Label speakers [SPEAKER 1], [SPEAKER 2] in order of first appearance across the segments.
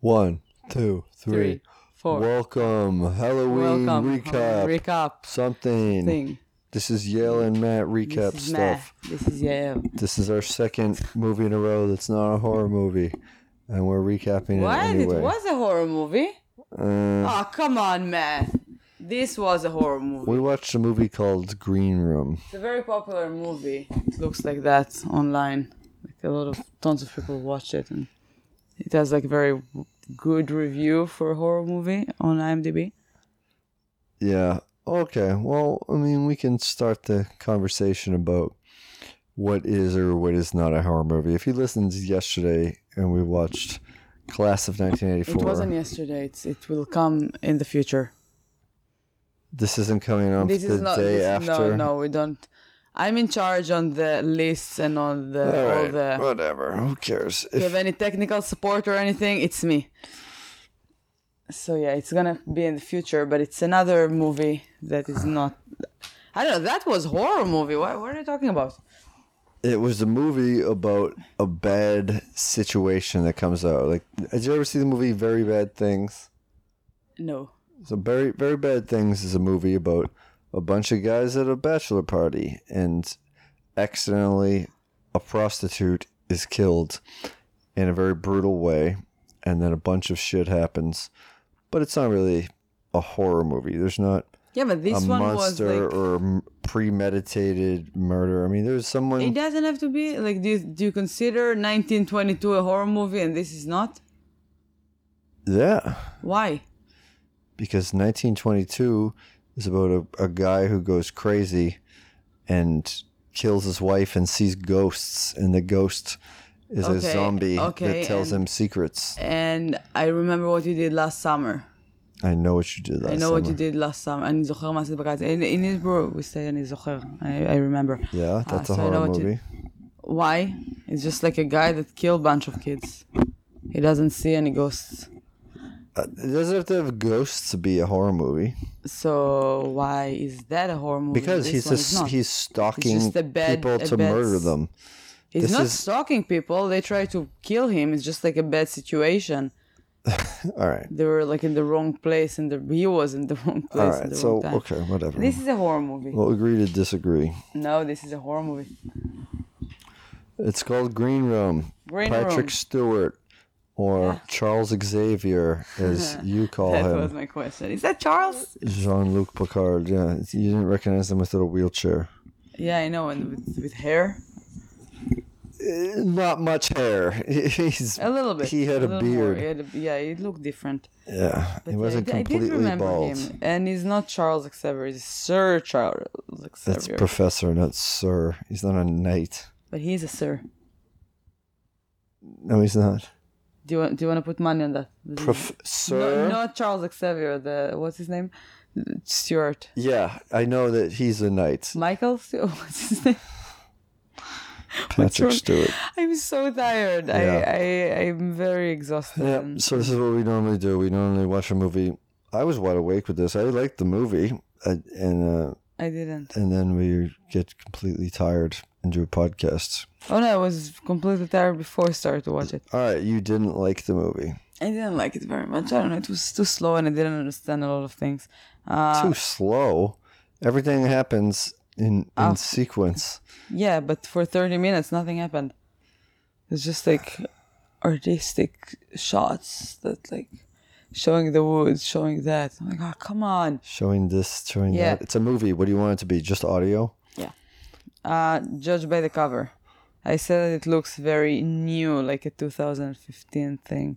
[SPEAKER 1] One, two, three.
[SPEAKER 2] three, four.
[SPEAKER 1] Welcome, Halloween
[SPEAKER 2] Welcome.
[SPEAKER 1] recap.
[SPEAKER 2] Recap
[SPEAKER 1] something.
[SPEAKER 2] thing.
[SPEAKER 1] This is Yale and Matt recap
[SPEAKER 2] this is Matt.
[SPEAKER 1] stuff.
[SPEAKER 2] This is Yale.
[SPEAKER 1] This is our second movie in a row that's not a horror movie, and we're recapping
[SPEAKER 2] What?
[SPEAKER 1] it anyway.
[SPEAKER 2] It was a horror movie.
[SPEAKER 1] Uh,
[SPEAKER 2] Oh, come on, Matt. This was a horror movie.
[SPEAKER 1] we watched a movie called Green Room.
[SPEAKER 2] It's a very popular movie. It looks like that online. Like a lot of tons of people watch it, and it has like very good review for a horror movie on IMDb.
[SPEAKER 1] Yeah. Okay. Well, I mean, we can start the conversation about what is or what is not a horror movie. If you listened yesterday and we watched Class of 1984,
[SPEAKER 2] It wasn't yesterday. It's, it will come in the future.
[SPEAKER 1] this isn't coming on
[SPEAKER 2] This
[SPEAKER 1] the
[SPEAKER 2] is not.
[SPEAKER 1] day
[SPEAKER 2] this-
[SPEAKER 1] after.
[SPEAKER 2] No, no, we don't. I'm in charge on the lists and on the
[SPEAKER 1] All
[SPEAKER 2] all
[SPEAKER 1] right,
[SPEAKER 2] the.
[SPEAKER 1] whatever. Who cares?
[SPEAKER 2] If you
[SPEAKER 1] If,
[SPEAKER 2] have any technical support or anything, it's me. So yeah, it's gonna be in the future, but it's another movie that is not. I don't know. That was horror movie. What, what are you talking about?
[SPEAKER 1] it was a movie about a bad situation that comes out. Like, did you ever see the movie Very Bad Things?
[SPEAKER 2] No.
[SPEAKER 1] So very very bad things is a movie about a bunch of guys at a bachelor party and accidentally a prostitute is killed in a very brutal way and then a bunch of shit happens. But it's not really a horror movie. There's not
[SPEAKER 2] Yeah, but this
[SPEAKER 1] a
[SPEAKER 2] one was
[SPEAKER 1] monster
[SPEAKER 2] like.
[SPEAKER 1] or m premeditated murder. I mean, there's someone
[SPEAKER 2] It doesn't have to be like. Do you, do you consider 1922 a horror movie and this is not?
[SPEAKER 1] Yeah,
[SPEAKER 2] Why?
[SPEAKER 1] because 1922 is about a, a guy who goes crazy and kills his wife and sees ghosts, and the ghost is a
[SPEAKER 2] Okay,
[SPEAKER 1] zombie
[SPEAKER 2] okay,
[SPEAKER 1] that tells
[SPEAKER 2] and-
[SPEAKER 1] him secrets.
[SPEAKER 2] And I remember what you did last summer.
[SPEAKER 1] I know what you did last
[SPEAKER 2] I know what you
[SPEAKER 1] summer.
[SPEAKER 2] did last summer. אני זוכר מה עשית בקיץ. In, in Israel we say אני זוכר. I, I remember.
[SPEAKER 1] Yeah,
[SPEAKER 2] Ah,
[SPEAKER 1] that's a
[SPEAKER 2] so I know
[SPEAKER 1] horror
[SPEAKER 2] what you-
[SPEAKER 1] movie.
[SPEAKER 2] Why? It's just like a guy that killed bunch of kids. He doesn't see any ghosts.
[SPEAKER 1] Uh, it doesn't have to have ghosts to be a horror movie
[SPEAKER 2] So why is that a horror movie?
[SPEAKER 1] because
[SPEAKER 2] This
[SPEAKER 1] he's
[SPEAKER 2] one is
[SPEAKER 1] just
[SPEAKER 2] not.
[SPEAKER 1] he's stalking
[SPEAKER 2] a bad-
[SPEAKER 1] people
[SPEAKER 2] a
[SPEAKER 1] to
[SPEAKER 2] bad
[SPEAKER 1] murder
[SPEAKER 2] s-
[SPEAKER 1] them.
[SPEAKER 2] he's
[SPEAKER 1] this
[SPEAKER 2] not
[SPEAKER 1] is-
[SPEAKER 2] stalking people. They try to kill him. It's just like a bad situation.
[SPEAKER 1] All right,
[SPEAKER 2] They were like in the wrong place, and the he was in the wrong place.
[SPEAKER 1] all
[SPEAKER 2] at
[SPEAKER 1] right.
[SPEAKER 2] the
[SPEAKER 1] So
[SPEAKER 2] wrong time.
[SPEAKER 1] okay, whatever.
[SPEAKER 2] This is a horror movie.
[SPEAKER 1] we'll agree to disagree.
[SPEAKER 2] no, this is a horror movie.
[SPEAKER 1] It's called Green Room.
[SPEAKER 2] Green
[SPEAKER 1] Patrick
[SPEAKER 2] Room.
[SPEAKER 1] Stewart or Charles Xavier, as you call
[SPEAKER 2] That was
[SPEAKER 1] him,
[SPEAKER 2] my question. Is that Charles?
[SPEAKER 1] Jean Luc Picard. Yeah, it's- you didn't recognize him without a wheelchair.
[SPEAKER 2] Yeah, I know, and with, with hair.
[SPEAKER 1] Eh, Not much hair. He's
[SPEAKER 2] A little bit.
[SPEAKER 1] He had a,
[SPEAKER 2] little more.
[SPEAKER 1] beard.
[SPEAKER 2] He had a- yeah, it looked different.
[SPEAKER 1] Yeah, he wasn't
[SPEAKER 2] I, I did
[SPEAKER 1] completely
[SPEAKER 2] remember
[SPEAKER 1] bald.
[SPEAKER 2] him, and he's not Charles Xavier. He's Sir Charles Xavier,
[SPEAKER 1] That's Professor, not Sir. He's not a knight.
[SPEAKER 2] but he's a sir.
[SPEAKER 1] No, he's not.
[SPEAKER 2] Do you want? Do you want to put money on that? This is-
[SPEAKER 1] Prof-
[SPEAKER 2] no,
[SPEAKER 1] sir.
[SPEAKER 2] not Charles Xavier. The what's his name? Stuart.
[SPEAKER 1] Yeah, I know that he's a knight.
[SPEAKER 2] Michael. Stewart? What's his name?
[SPEAKER 1] Patrick
[SPEAKER 2] wrong?
[SPEAKER 1] Stewart.
[SPEAKER 2] I'm so tired.
[SPEAKER 1] Yeah.
[SPEAKER 2] I, I I'm very exhausted.
[SPEAKER 1] Yeah,
[SPEAKER 2] and-
[SPEAKER 1] so this is what we normally do. We normally watch a movie. I was wide awake with this. I liked the movie, I, and uh,
[SPEAKER 2] I didn't.
[SPEAKER 1] and then we get completely tired and do a podcast.
[SPEAKER 2] Oh no, I was completely tired before I started to watch it.
[SPEAKER 1] All right, you didn't like the movie.
[SPEAKER 2] I didn't like it very much. I don't know. It was too slow, and I didn't understand a lot of things. Uh,
[SPEAKER 1] Too slow. Everything happens in in
[SPEAKER 2] Oh.
[SPEAKER 1] sequence.
[SPEAKER 2] Yeah, but for 30 minutes, nothing happened. It's just like artistic shots that, like, showing the woods, showing that. I'm like, oh, come on.
[SPEAKER 1] Showing this, showing
[SPEAKER 2] Yeah.
[SPEAKER 1] that. It's a movie. What do you want it to be? Just audio?
[SPEAKER 2] Uh, judge by the cover. I said that it looks very new, like a 2015 thing.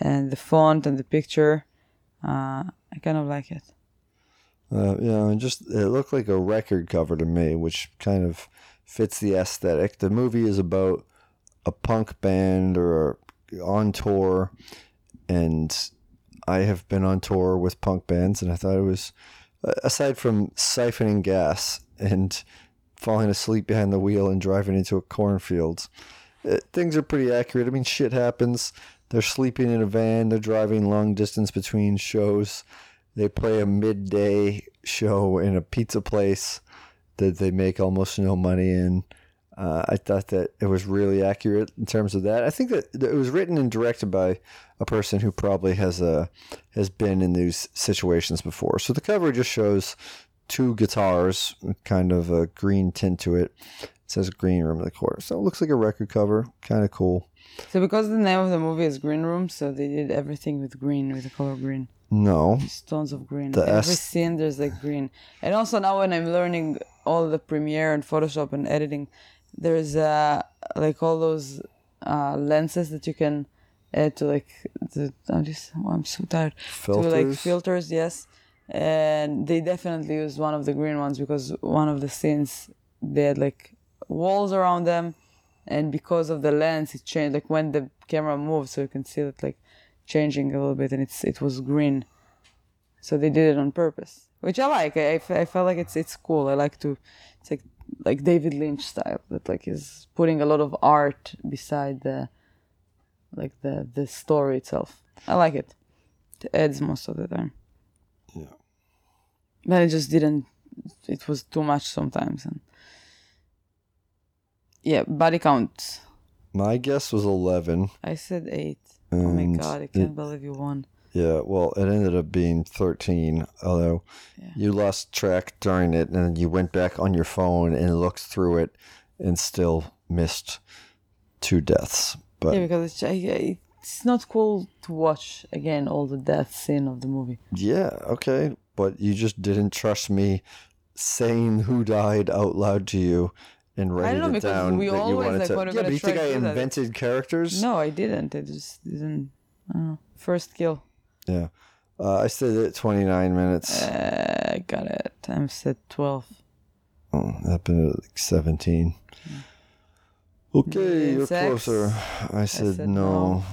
[SPEAKER 2] And the font and the picture, uh, I kind of like it.
[SPEAKER 1] Uh, yeah, and just it looked like a record cover to me, which kind of fits the aesthetic. The movie is about a punk band or on tour, and I have been on tour with punk bands, and I thought it was uh, aside from siphoning gas and falling asleep behind the wheel and driving into a cornfield, uh, things are pretty accurate. I mean, shit happens. They're sleeping in a van. They're driving long distance between shows they play a midday show in a pizza place that they make almost no money in. Uh, I thought that it was really accurate in terms of that. I think that that it was written and directed by a person who probably has a has been in these situations before. So the cover just shows two guitars, kind of a green tint to it. It says "Green Room of the Court," so it looks like a record cover. Kind of cool.
[SPEAKER 2] So because the name of the movie is Green Room, so they did everything with green, with the color green,
[SPEAKER 1] No,
[SPEAKER 2] stones of green.
[SPEAKER 1] The
[SPEAKER 2] Every
[SPEAKER 1] S-
[SPEAKER 2] scene there's like green. And also now when I'm learning all the Premiere and Photoshop and editing, there's uh like all those uh lenses that you can add to like the I'm just oh, I'm so tired.
[SPEAKER 1] filters.
[SPEAKER 2] to like filters, yes. And they definitely used one of the green ones because one of the scenes they had like walls around them, and because of the lens, it changed. Like when the camera moved, so you can see that like changing a little bit, and it's it was green. So they did it on purpose, which I like. I, I fe- I felt like it's it's cool. I like to, it's like like David Lynch style that like is putting a lot of art beside the, like the the story itself. I like it ads most of the time.
[SPEAKER 1] Yeah.
[SPEAKER 2] But it just didn't. It was too much sometimes, and yeah, body count.
[SPEAKER 1] My guess was eleven.
[SPEAKER 2] I said eight. oh my
[SPEAKER 1] and
[SPEAKER 2] god, I
[SPEAKER 1] it-
[SPEAKER 2] can't believe you won.
[SPEAKER 1] Yeah, well, it ended up being 13, although
[SPEAKER 2] Yeah.
[SPEAKER 1] you lost track during it and then you went back on your phone and looked through it and still missed two deaths. But
[SPEAKER 2] Yeah,
[SPEAKER 1] yeah,
[SPEAKER 2] because it's, I- it's not cool to watch again all the death scene of the movie.
[SPEAKER 1] okay, but you just didn't trust me saying who died out loud to you and writing
[SPEAKER 2] know,
[SPEAKER 1] it
[SPEAKER 2] because
[SPEAKER 1] down
[SPEAKER 2] we
[SPEAKER 1] that you
[SPEAKER 2] always,
[SPEAKER 1] wanted
[SPEAKER 2] like,
[SPEAKER 1] to.
[SPEAKER 2] when we're
[SPEAKER 1] Yeah, but
[SPEAKER 2] gonna
[SPEAKER 1] you think
[SPEAKER 2] try
[SPEAKER 1] I
[SPEAKER 2] to do that-
[SPEAKER 1] invented characters?
[SPEAKER 2] No, I didn't. I just didn't. I don't know. First kill.
[SPEAKER 1] Yeah. Uh, I said it 29 minutes.
[SPEAKER 2] Uh, got it. I'm set twelve.
[SPEAKER 1] Oh, up into like 17. Hmm. Okay,
[SPEAKER 2] Million
[SPEAKER 1] you're
[SPEAKER 2] sex.
[SPEAKER 1] closer. I said,
[SPEAKER 2] said
[SPEAKER 1] no.
[SPEAKER 2] no.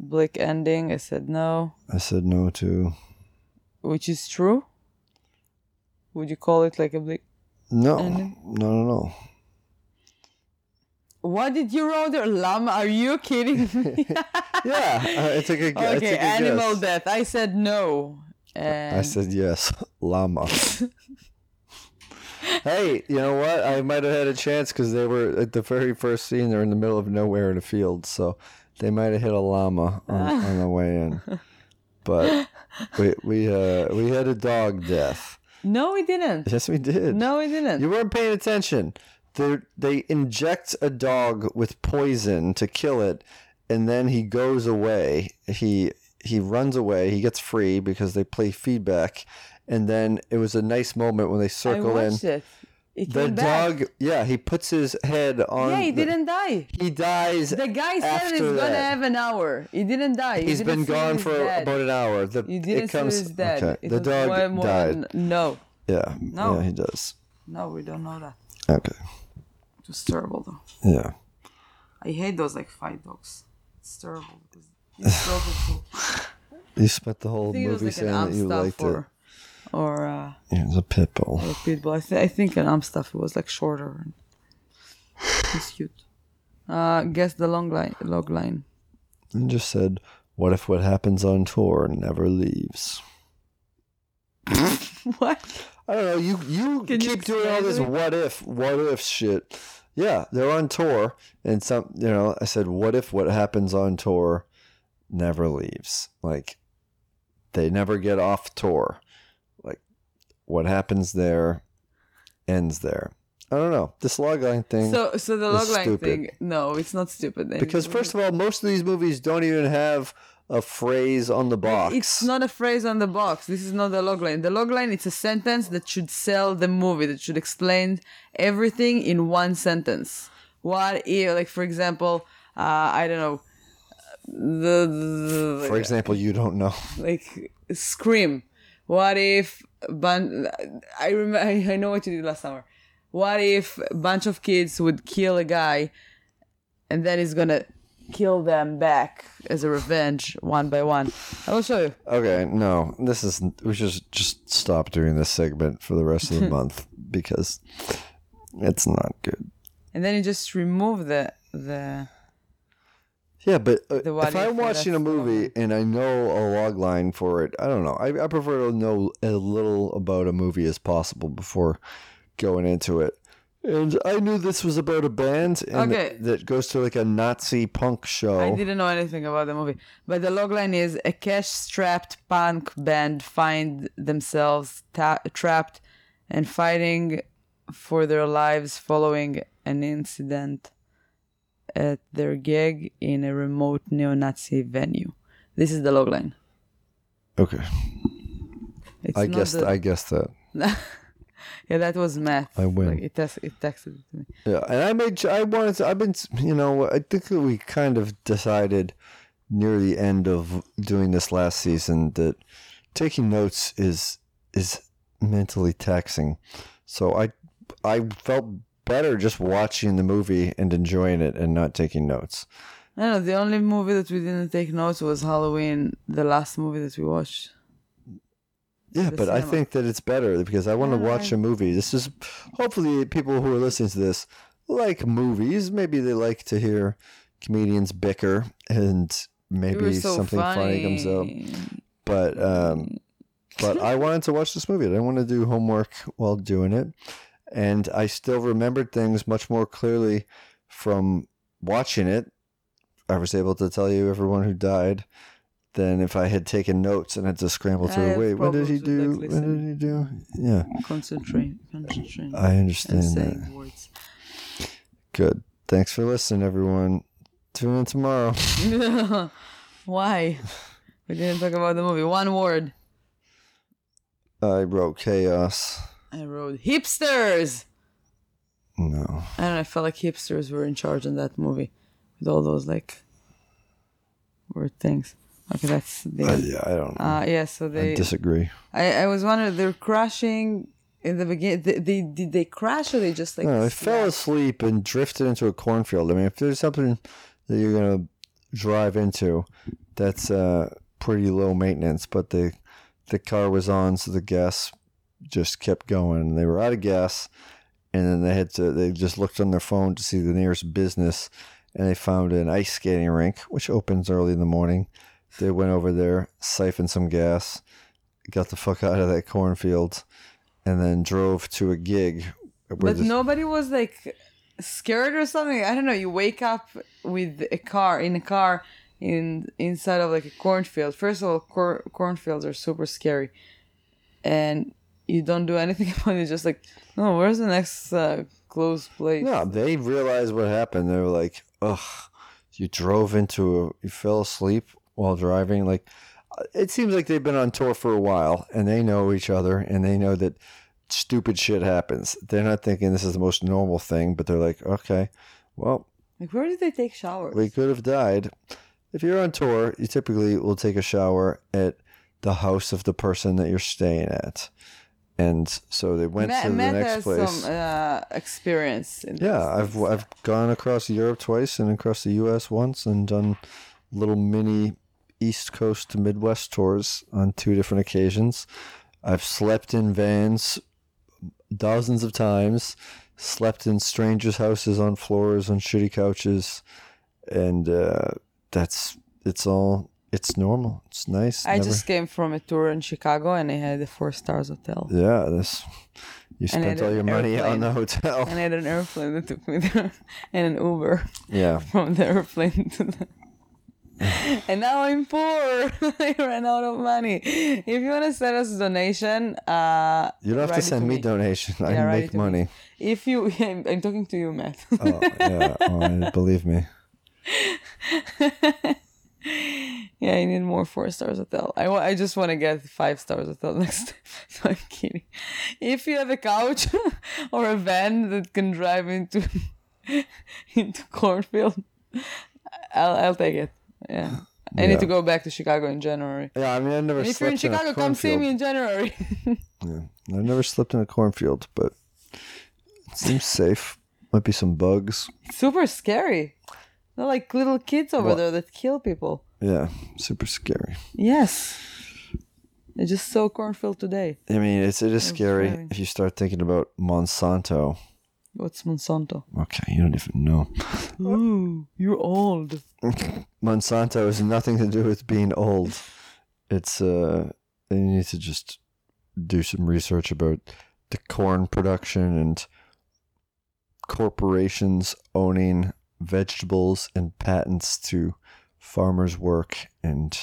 [SPEAKER 2] Blick ending. I said no.
[SPEAKER 1] I said no to.
[SPEAKER 2] which is true. Would you call it like a big?
[SPEAKER 1] No,
[SPEAKER 2] And-
[SPEAKER 1] not at all.
[SPEAKER 2] What did you order? Llama? Are you kidding me?
[SPEAKER 1] Yeah, I took a, gu- I took
[SPEAKER 2] okay,
[SPEAKER 1] a
[SPEAKER 2] animal
[SPEAKER 1] guess.
[SPEAKER 2] death. I said no. And
[SPEAKER 1] I said yes, llama. hey, you know what? I might have had a chance because they were at the very first scene. They're in the middle of nowhere in a field, so they might have hit a llama on, on the way in. But we we uh, we had a dog death.
[SPEAKER 2] no, we didn't.
[SPEAKER 1] Yes, we did.
[SPEAKER 2] No, we didn't.
[SPEAKER 1] You weren't paying attention. They they inject a dog with poison to kill it, and then he goes away. He he runs away. He gets free because they play feedback, and then it was a nice moment when they
[SPEAKER 2] I
[SPEAKER 1] circle in.
[SPEAKER 2] watched it. It
[SPEAKER 1] The
[SPEAKER 2] came back.
[SPEAKER 1] dog, yeah, he puts his head on.
[SPEAKER 2] Yeah, he
[SPEAKER 1] the-
[SPEAKER 2] didn't die.
[SPEAKER 1] He dies.
[SPEAKER 2] The guy said
[SPEAKER 1] after
[SPEAKER 2] he's gonna
[SPEAKER 1] that.
[SPEAKER 2] have an hour. He didn't die. He
[SPEAKER 1] He's
[SPEAKER 2] didn't
[SPEAKER 1] been
[SPEAKER 2] say
[SPEAKER 1] gone
[SPEAKER 2] he's
[SPEAKER 1] for
[SPEAKER 2] dead.
[SPEAKER 1] about an hour. The,
[SPEAKER 2] You didn't
[SPEAKER 1] it
[SPEAKER 2] say
[SPEAKER 1] comes.
[SPEAKER 2] he's dead.
[SPEAKER 1] Okay,
[SPEAKER 2] It
[SPEAKER 1] the
[SPEAKER 2] was
[SPEAKER 1] dog
[SPEAKER 2] way more
[SPEAKER 1] died.
[SPEAKER 2] than- no,
[SPEAKER 1] Yeah,
[SPEAKER 2] No.
[SPEAKER 1] yeah, he does.
[SPEAKER 2] no, we don't know that.
[SPEAKER 1] Okay,
[SPEAKER 2] It was terrible though.
[SPEAKER 1] yeah.
[SPEAKER 2] I hate those like fight dogs. It's terrible. Because it's so cool.
[SPEAKER 1] You spent the whole
[SPEAKER 2] I think it was
[SPEAKER 1] movie
[SPEAKER 2] like an
[SPEAKER 1] saying
[SPEAKER 2] amp
[SPEAKER 1] that you
[SPEAKER 2] stuff
[SPEAKER 1] liked it.
[SPEAKER 2] or, or uh,
[SPEAKER 1] It was a pit bull.
[SPEAKER 2] a pit bull. I, th- I think an amp stuff. It was like shorter. And it's cute. Uh, guess the long line. Log line.
[SPEAKER 1] and just said, "What if what happens on tour never leaves?"
[SPEAKER 2] what?
[SPEAKER 1] I don't know. You you
[SPEAKER 2] Can you
[SPEAKER 1] keep doing all
[SPEAKER 2] explain
[SPEAKER 1] this
[SPEAKER 2] to me?
[SPEAKER 1] what if what if shit. Yeah, they're on tour, and some you know. I said, "What if what happens on tour never leaves?" Like they never get off tour. Like what happens there ends there. I don't know this logline thing.
[SPEAKER 2] So so the
[SPEAKER 1] It's
[SPEAKER 2] log line
[SPEAKER 1] stupid.
[SPEAKER 2] thing. No, it's not stupid. And
[SPEAKER 1] because first of all, most of these movies don't even have a phrase on the box.
[SPEAKER 2] it's not a phrase on the box. This is not the log line. The log line. It's a sentence that should sell the movie. That should explain everything in one sentence. What if, like, for example, uh, I don't know. The, the
[SPEAKER 1] For example, you don't know.
[SPEAKER 2] like scream what if bun- i remember i know what you did last summer what if a bunch of kids would kill a guy and then he's gonna kill them back as a revenge one by one i will show you
[SPEAKER 1] Okay, no, this is we should just stop doing this segment for the rest of the month because it's not good.
[SPEAKER 2] and then you just remove the the
[SPEAKER 1] Yeah, but uh,
[SPEAKER 2] The what
[SPEAKER 1] if I'm
[SPEAKER 2] if, uh,
[SPEAKER 1] watching a
[SPEAKER 2] that's the
[SPEAKER 1] movie and I know a log line for it, I don't know. I, I prefer to know as little about a movie as possible before going into it And I knew this was about a band and
[SPEAKER 2] Okay.
[SPEAKER 1] that goes to like a Nazi punk show.
[SPEAKER 2] I didn't know anything about the movie. But the logline is a cash strapped punk band find themselves ta- trapped and fighting for their lives following an incident at their gig in a remote neo Nazi venue. This is the logline.
[SPEAKER 1] Okay,
[SPEAKER 2] It's
[SPEAKER 1] I
[SPEAKER 2] not
[SPEAKER 1] guess
[SPEAKER 2] the-
[SPEAKER 1] I guess that.
[SPEAKER 2] yeah, that was Matt.
[SPEAKER 1] I win.
[SPEAKER 2] Like, it, tex- it texted it to me.
[SPEAKER 1] Yeah, and I made. I wanted. To, I've been. You know, I think that we kind of decided near the end of doing this last season that taking notes is is mentally taxing. So I I felt better just watching the movie and enjoying it and not taking notes.
[SPEAKER 2] I don't know. The only movie that we didn't take notes was Halloween, the last movie that we watched.
[SPEAKER 1] Yeah,
[SPEAKER 2] The
[SPEAKER 1] but I
[SPEAKER 2] cinema.
[SPEAKER 1] think that it's better because I want to
[SPEAKER 2] Yeah,
[SPEAKER 1] watch
[SPEAKER 2] I-
[SPEAKER 1] a movie. This is hopefully people who are listening to this like movies. Maybe they like to hear comedians bicker and
[SPEAKER 2] You
[SPEAKER 1] maybe
[SPEAKER 2] were so
[SPEAKER 1] something funny. comes up.
[SPEAKER 2] funny.
[SPEAKER 1] But um but I wanted to watch this movie. I didn't want to do homework while doing it. And I still remembered things much more clearly from watching it. I was able to tell you everyone who died than if I had taken notes and had to scramble
[SPEAKER 2] I
[SPEAKER 1] through.
[SPEAKER 2] have
[SPEAKER 1] Wait, what did he
[SPEAKER 2] problems
[SPEAKER 1] do?
[SPEAKER 2] with, like,
[SPEAKER 1] What did
[SPEAKER 2] listening.
[SPEAKER 1] he do? Yeah,
[SPEAKER 2] concentrate, concentrate,
[SPEAKER 1] I
[SPEAKER 2] and
[SPEAKER 1] understand
[SPEAKER 2] saying
[SPEAKER 1] that.
[SPEAKER 2] words.
[SPEAKER 1] Good. Thanks for listening, everyone. Tune in tomorrow.
[SPEAKER 2] Why? We didn't talk about the movie. One word.
[SPEAKER 1] I wrote chaos.
[SPEAKER 2] I wrote hipsters.
[SPEAKER 1] No.
[SPEAKER 2] I don't know. I felt like hipsters were in charge in that movie with all those like weird things. Okay, that's the.
[SPEAKER 1] I, yeah, I don't
[SPEAKER 2] uh, yeah, so
[SPEAKER 1] I
[SPEAKER 2] they.
[SPEAKER 1] disagree.
[SPEAKER 2] I, I was wondering, they're crashing in the beginning. They, they did they crash or they just like?
[SPEAKER 1] No, I
[SPEAKER 2] slam?
[SPEAKER 1] fell asleep and drifted into a cornfield. I mean, if there's something that you're gonna drive into, that's uh, pretty low maintenance. But the the car was on, so the gas just kept going. They were out of gas, and then they had to. They just looked on their phone to see the nearest business, and they found an ice skating rink, which opens early in the morning. They went over there, siphoned some gas, got the fuck out of that cornfield, and then drove to a gig. where
[SPEAKER 2] But
[SPEAKER 1] this-
[SPEAKER 2] nobody was like scared or something. I don't know. You wake up with a car in a car in inside of like a cornfield. First of all, cor- cornfields are super scary, and you don't do anything about it. You're just like, no, where's the next uh, close place?
[SPEAKER 1] No, they realized what happened. They were like, "Ugh, you drove into a, you fell asleep while driving." Like, uh, it seems like they've been on tour for a while, and they know each other, and they know that stupid shit happens. They're not thinking this is the most normal thing, but they're like, "Okay, well,
[SPEAKER 2] Like, where did they take showers?
[SPEAKER 1] we could have died." If you're on tour, you typically will take a shower at the house of the person that you're staying at, and so they went
[SPEAKER 2] Ma-
[SPEAKER 1] to the
[SPEAKER 2] Matt
[SPEAKER 1] next
[SPEAKER 2] has
[SPEAKER 1] place.
[SPEAKER 2] some uh, experience. In
[SPEAKER 1] Yeah, I've
[SPEAKER 2] things.
[SPEAKER 1] I've gone across Europe twice and across the U.S. once and done little mini East Coast to Midwest tours on two different occasions. I've slept in vans dozens of times, slept in strangers' houses on floors on shitty couches, and uh, that's it's all it's normal. It's nice.
[SPEAKER 2] I
[SPEAKER 1] never-
[SPEAKER 2] just came from a tour in Chicago, and I had a four stars hotel.
[SPEAKER 1] yeah, this you
[SPEAKER 2] And I
[SPEAKER 1] spent
[SPEAKER 2] did
[SPEAKER 1] all your
[SPEAKER 2] an
[SPEAKER 1] money on
[SPEAKER 2] airplane.
[SPEAKER 1] the hotel.
[SPEAKER 2] And I had an airplane that took me there, and an Uber.
[SPEAKER 1] yeah.
[SPEAKER 2] from the airplane to the and now I'm poor. I ran out of money. If you want to send us a donation, uh,
[SPEAKER 1] You don't have
[SPEAKER 2] write
[SPEAKER 1] to
[SPEAKER 2] it
[SPEAKER 1] send me donation. I
[SPEAKER 2] Yeah, write it
[SPEAKER 1] make
[SPEAKER 2] to me.
[SPEAKER 1] money.
[SPEAKER 2] If you, I'm, I'm talking to you, Matt.
[SPEAKER 1] Oh, yeah. Oh, I- believe me.
[SPEAKER 2] yeah, I need more four stars hotel. I, wa- I just want to get five stars hotel next time. No, I'm kidding. If you have a couch or a van that can drive into into cornfield, I'll I'll take it. Yeah, I
[SPEAKER 1] Yeah.
[SPEAKER 2] need to go back to Chicago in January.
[SPEAKER 1] Yeah, I mean, I've never.
[SPEAKER 2] And if you're in
[SPEAKER 1] slept a
[SPEAKER 2] Chicago, come see me
[SPEAKER 1] cornfield.
[SPEAKER 2] in January.
[SPEAKER 1] Yeah. I've never slept in a cornfield, but it seems safe. Might be some bugs.
[SPEAKER 2] super scary. They're like little kids over
[SPEAKER 1] What?
[SPEAKER 2] there that kill people.
[SPEAKER 1] Yeah, super scary.
[SPEAKER 2] Yes. I just saw cornfield today.
[SPEAKER 1] I mean, it's it is scary
[SPEAKER 2] scary.
[SPEAKER 1] if you start thinking about Monsanto.
[SPEAKER 2] What's Monsanto?
[SPEAKER 1] Okay, you don't even know.
[SPEAKER 2] Ooh, you're old.
[SPEAKER 1] Monsanto has nothing to do with being old. It's uh, you need to just do some research about the corn production and corporations owning vegetables and patents to farmers' work, and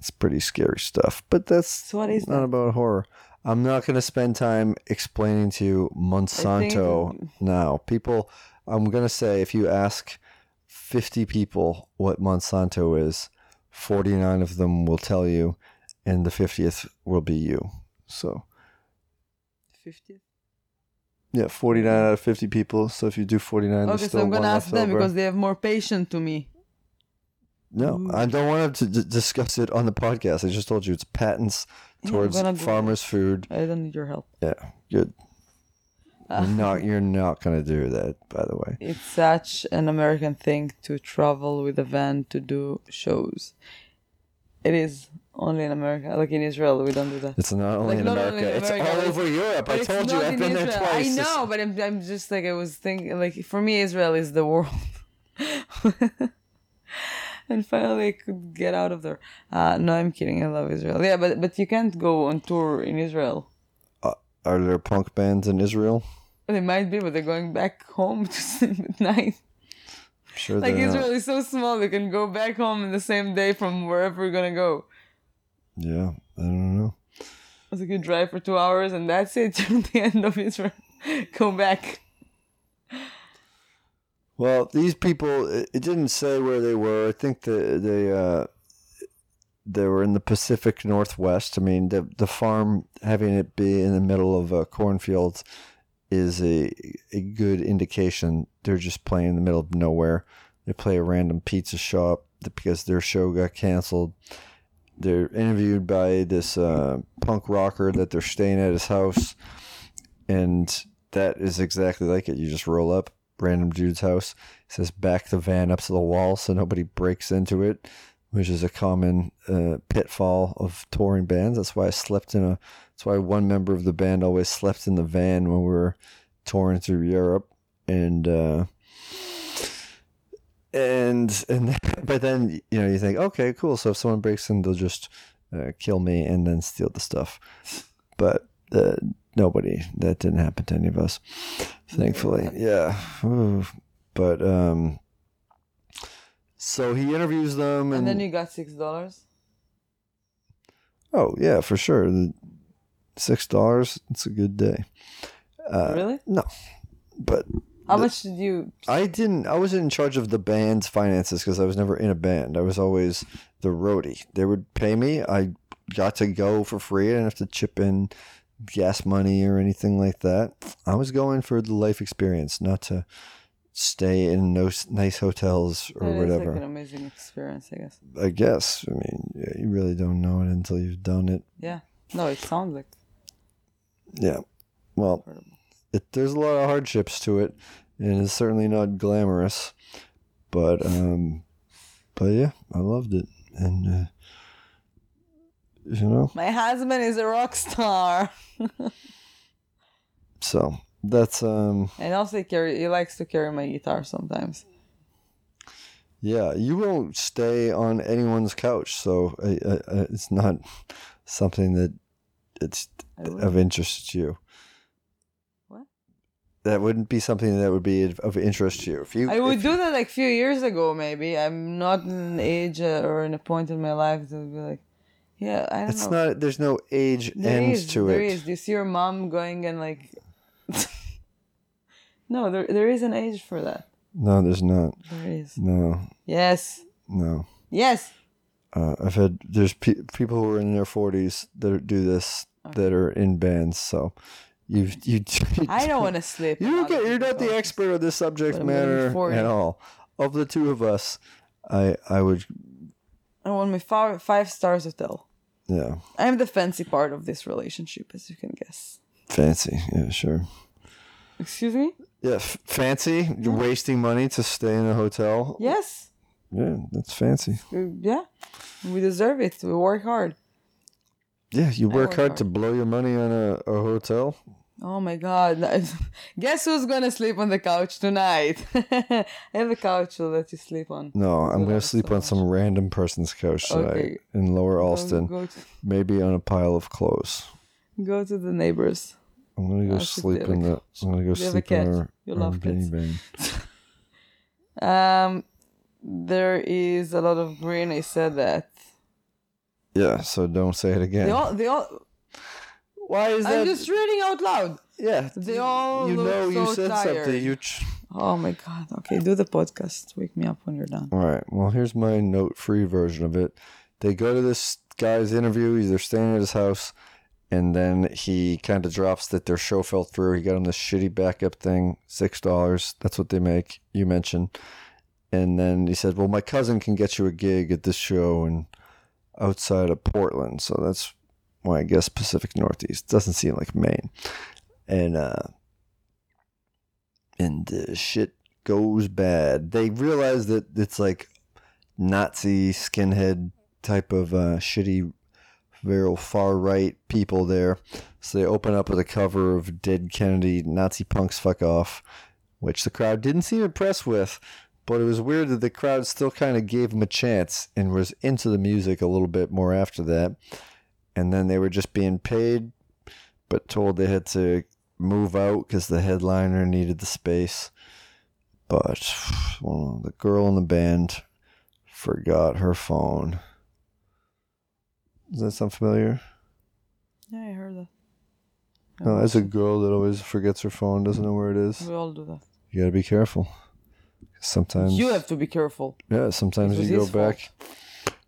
[SPEAKER 1] it's pretty scary stuff. But that's
[SPEAKER 2] So what is
[SPEAKER 1] not
[SPEAKER 2] that?
[SPEAKER 1] about horror. I'm not going to spend time explaining to you Monsanto
[SPEAKER 2] I think-
[SPEAKER 1] now. People, I'm going to say if you ask 50 people what Monsanto is, 49 of them will tell you, and the 50th will be you. So,
[SPEAKER 2] 50?
[SPEAKER 1] yeah, 49 out of 50 people. So if you do 49, there's
[SPEAKER 2] Okay,
[SPEAKER 1] still
[SPEAKER 2] so I'm
[SPEAKER 1] one
[SPEAKER 2] gonna ask
[SPEAKER 1] left
[SPEAKER 2] them
[SPEAKER 1] over.
[SPEAKER 2] because they have more patience to me.
[SPEAKER 1] No,
[SPEAKER 2] Mm.
[SPEAKER 1] I don't want to d- discuss it on the podcast. I just told you it's patents
[SPEAKER 2] Yeah, I'm
[SPEAKER 1] towards
[SPEAKER 2] gonna do it.
[SPEAKER 1] farmers' food.
[SPEAKER 2] I don't need your help.
[SPEAKER 1] Yeah, good. You're not you're not gonna do that, by the way.
[SPEAKER 2] It's such an American thing to travel with a van to do shows. It is only in America. Like in Israel, we don't do that.
[SPEAKER 1] It's not only in
[SPEAKER 2] Like, not
[SPEAKER 1] America.
[SPEAKER 2] only in
[SPEAKER 1] It's
[SPEAKER 2] America,
[SPEAKER 1] all
[SPEAKER 2] but-
[SPEAKER 1] over Europe. I
[SPEAKER 2] it's
[SPEAKER 1] told you,
[SPEAKER 2] not
[SPEAKER 1] I've
[SPEAKER 2] in
[SPEAKER 1] been there
[SPEAKER 2] Israel.
[SPEAKER 1] twice.
[SPEAKER 2] I
[SPEAKER 1] It's-
[SPEAKER 2] know, but I'm, I'm just like I was thinking. Like for me, Israel is the world. and finally, I could get out of there. Uh, no, I'm kidding. I love Israel. Yeah, but but you can't go on tour in Israel.
[SPEAKER 1] Are there punk bands in Israel?
[SPEAKER 2] They might be, but they're going back home to sleep at night.
[SPEAKER 1] I'm sure
[SPEAKER 2] Like
[SPEAKER 1] they're
[SPEAKER 2] Israel is so small, they can go back home in the same day from wherever you're gonna go.
[SPEAKER 1] not. Yeah, I don't know.
[SPEAKER 2] It's like you drive for two hours and that's it. You're at the end of Israel. go back.
[SPEAKER 1] Well, these people, it, it didn't say where they were. I think the, they uh, they were in the Pacific Northwest. I mean, the the farm having it be in the middle of a cornfield is a a good indication. They're just playing in the middle of nowhere. They play a random pizza shop because their show got canceled. They're interviewed by this uh, punk rocker that they're staying at his house, and that is exactly like it. You just roll up random dude's house. It says back the van up to the wall so nobody breaks into it, which is a common uh, pitfall of touring bands. That's why I slept in a. That's why one member of the band always slept in the van when we were touring through Europe, and uh, and and but then you know you think okay cool. So if someone breaks in, they'll just uh, kill me and then steal the stuff, but. Uh, nobody that didn't happen to any of us thankfully yeah Ooh. but um so he interviews them and,
[SPEAKER 2] And then you got six dollars.
[SPEAKER 1] oh yeah for sure The six dollars it's a good day uh
[SPEAKER 2] really?
[SPEAKER 1] no but
[SPEAKER 2] How much did you?
[SPEAKER 1] i didn't i wasn't in charge of the band's finances because i was never in a band i was always the roadie they would pay me i got to go for free i didn't have to chip in gas money or anything like that i was going for the life experience not to stay in no nice hotels or
[SPEAKER 2] That is,
[SPEAKER 1] whatever
[SPEAKER 2] like an amazing experience, I guess.
[SPEAKER 1] I guess. I mean, yeah, you really don't know it until you've done it.
[SPEAKER 2] Yeah. No, it sounds like
[SPEAKER 1] Yeah. Well,
[SPEAKER 2] incredible.
[SPEAKER 1] it, there's a lot of hardships to it, and it's certainly not glamorous. But um, but yeah, I loved it, and uh, you know,
[SPEAKER 2] My husband is a rock star,
[SPEAKER 1] so that's um,
[SPEAKER 2] and also he carry. He likes to carry my guitar sometimes.
[SPEAKER 1] yeah. You won't stay on anyone's couch, so I, I, I, it's not something that it's
[SPEAKER 2] I will.
[SPEAKER 1] of interest to you.
[SPEAKER 2] What?
[SPEAKER 1] That wouldn't be something that would be of- of interest to you. If you,
[SPEAKER 2] I would
[SPEAKER 1] if-
[SPEAKER 2] do that like few years ago, maybe. I'm not in an age uh, or in a point in my life to be like, yeah, I don't
[SPEAKER 1] It's
[SPEAKER 2] know.
[SPEAKER 1] not. There's no age
[SPEAKER 2] There
[SPEAKER 1] end
[SPEAKER 2] is,
[SPEAKER 1] to
[SPEAKER 2] there
[SPEAKER 1] it.
[SPEAKER 2] is. Do you see your mom going and like? no, there there is an age for that.
[SPEAKER 1] No, there's not.
[SPEAKER 2] There is.
[SPEAKER 1] No,
[SPEAKER 2] Yes.
[SPEAKER 1] no.
[SPEAKER 2] Yes.
[SPEAKER 1] Uh, I've had there's pe- people who are in their 40s that are, do this that are in bands. So you you. you
[SPEAKER 2] I don't want to sleep.
[SPEAKER 1] You
[SPEAKER 2] on
[SPEAKER 1] don't get,
[SPEAKER 2] other
[SPEAKER 1] you're not the
[SPEAKER 2] people.
[SPEAKER 1] expert on this subject
[SPEAKER 2] But I'm gonna be
[SPEAKER 1] matter
[SPEAKER 2] 40.
[SPEAKER 1] at all. Of the two of us, I I would
[SPEAKER 2] I want my five five stars hotel.
[SPEAKER 1] yeah
[SPEAKER 2] I'm the fancy part of this relationship, as you can guess.
[SPEAKER 1] fancy yeah sure
[SPEAKER 2] Excuse me.
[SPEAKER 1] yeah f- fancy
[SPEAKER 2] Mm-hmm.
[SPEAKER 1] you're wasting money to stay in a hotel
[SPEAKER 2] Yes.
[SPEAKER 1] yeah that's fancy
[SPEAKER 2] Uh, Yeah. We deserve it. We work hard.
[SPEAKER 1] yeah you work
[SPEAKER 2] work
[SPEAKER 1] hard,
[SPEAKER 2] hard.
[SPEAKER 1] to blow your money on a, a hotel
[SPEAKER 2] Oh my god. Guess who's gonna sleep on the couch tonight? I have a couch to let you sleep on.
[SPEAKER 1] No, I'm
[SPEAKER 2] love
[SPEAKER 1] gonna
[SPEAKER 2] it
[SPEAKER 1] sleep
[SPEAKER 2] so
[SPEAKER 1] on some random person's couch tonight
[SPEAKER 2] Okay.
[SPEAKER 1] in Lower
[SPEAKER 2] Go-
[SPEAKER 1] Alston,
[SPEAKER 2] Go to,
[SPEAKER 1] maybe on a pile of clothes.
[SPEAKER 2] go to Oh, the neighbors.
[SPEAKER 1] I'm gonna go
[SPEAKER 2] I'll sit
[SPEAKER 1] sleep
[SPEAKER 2] there
[SPEAKER 1] in
[SPEAKER 2] like-
[SPEAKER 1] the. I'm gonna go
[SPEAKER 2] have a
[SPEAKER 1] sleep
[SPEAKER 2] cat.
[SPEAKER 1] in our,
[SPEAKER 2] You
[SPEAKER 1] our
[SPEAKER 2] love cats.
[SPEAKER 1] guinea bin.
[SPEAKER 2] Um, there is a lot of green. I said that.
[SPEAKER 1] Yeah, so don't say it again.
[SPEAKER 2] They all, they all.
[SPEAKER 1] Why is that?
[SPEAKER 2] I'm just reading out loud.
[SPEAKER 1] yeah,
[SPEAKER 2] they
[SPEAKER 1] you-
[SPEAKER 2] all
[SPEAKER 1] You
[SPEAKER 2] look
[SPEAKER 1] know, you
[SPEAKER 2] Oh, so
[SPEAKER 1] said
[SPEAKER 2] tired.
[SPEAKER 1] something. You. Ch-
[SPEAKER 2] Oh my god. Okay, do the podcast. Wake me up when you're done.
[SPEAKER 1] all right. Well, here's my note-free version of it. They go to this guy's interview. He's they're staying at his house, and then he kind of drops that their show fell through. He got him this shitty backup thing, six dollars. That's what they make. You mentioned, and then he said, "Well, my cousin can get you a gig at this show and outside of Portland." So that's well, I guess Pacific Northeast doesn't seem like Maine, and uh, and uh, shit goes bad. They realize that it's like Nazi skinhead type of uh, shitty, very far right people there. So they open up with a cover of Dead Kennedy, Nazi punks fuck off, which the crowd didn't seem impressed with. But it was weird that the crowd still kind of gave him a chance and was into the music a little bit more after that. And then they were just being paid, but told they had to move out because the headliner needed the space. But well, the girl in the band forgot her phone. Does that sound familiar?
[SPEAKER 2] Yeah, I heard that.
[SPEAKER 1] No, that's a girl that always forgets her phone, doesn't know where it is.
[SPEAKER 2] We all do that.
[SPEAKER 1] You gotta be careful. Sometimes
[SPEAKER 2] You have to be careful.
[SPEAKER 1] yeah,
[SPEAKER 2] It
[SPEAKER 1] sometimes
[SPEAKER 2] was
[SPEAKER 1] you go
[SPEAKER 2] his fault.
[SPEAKER 1] back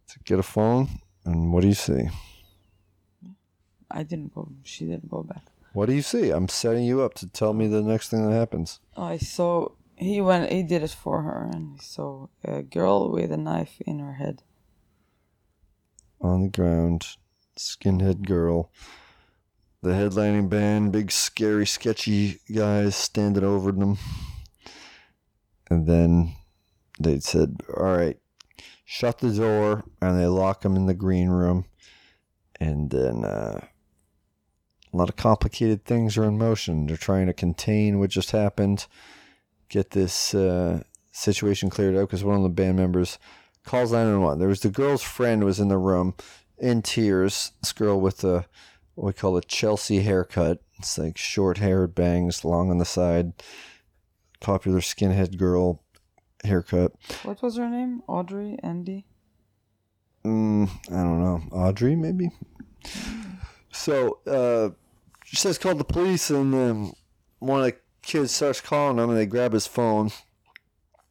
[SPEAKER 1] to get a phone, and what do you see?
[SPEAKER 2] I didn't go. She didn't go back.
[SPEAKER 1] What do you see? I'm setting you up to tell me the next thing that happens.
[SPEAKER 2] I saw he went. He did it for her, and he saw a girl with a knife in her head.
[SPEAKER 1] on the ground, skinhead girl. The headlining band, big, scary, sketchy guys standing over them. And then they said, All right, shut the door. And they lock them in the green room. And then uh, a lot of complicated things are in motion. They're trying to contain what just happened, get this uh, situation cleared out because one of the band members calls 911. There was the girl's friend was in the room in tears. This girl with a what we call a Chelsea haircut. It's like short hair, bangs, long on the side. Popular skinhead girl haircut.
[SPEAKER 2] What was her name? Audrey, Andy.
[SPEAKER 1] Mm, I don't know. Audrey, maybe? So uh, she says, call the police, and then one of the kids starts calling him, and they grab his phone.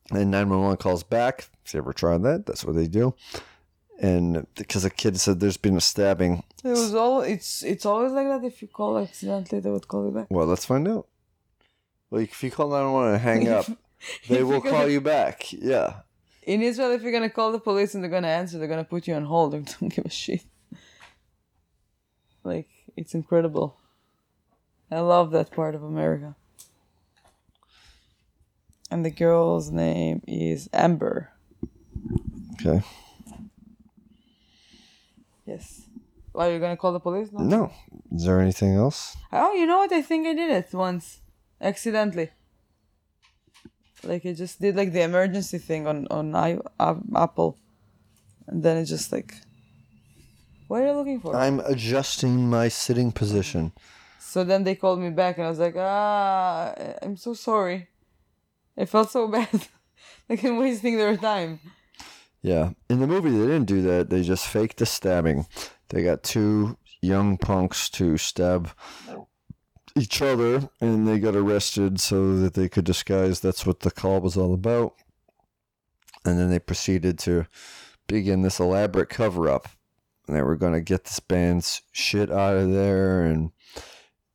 [SPEAKER 1] And 911 calls back. If you ever tried that, that's what they do. And because the kid said there's been a stabbing.
[SPEAKER 2] It was all. It's it's always like that. If you call accidentally, they would call you back.
[SPEAKER 1] Well, let's find out. Like, if you call 911 and hang up, they will call you back. Yeah.
[SPEAKER 2] In Israel, if you're gonna call the police and they're gonna answer, they're gonna put you on hold. They don't give a shit. Like it's incredible. I love that part of America. And the girl's name is Amber.
[SPEAKER 1] Okay.
[SPEAKER 2] Yes. Why are you gonna call the police? No.
[SPEAKER 1] No. Is there anything else?
[SPEAKER 2] Oh, you know what? I think I did it once, accidentally. Like I just did like the emergency thing on on I, uh, Apple, and then it just like. What are you looking for?
[SPEAKER 1] I'm adjusting my sitting position.
[SPEAKER 2] so then they called me back, and I was like, ah, I- I'm so sorry. I felt so bad, like I'm wasting their time.
[SPEAKER 1] Yeah. In the movie, they didn't do that. They just faked the stabbing. They got two young punks to stab each other, and they got arrested so that they could disguise that's what the call was all about. And then they proceeded to begin this elaborate cover up. And they were going to get this band's shit out of there and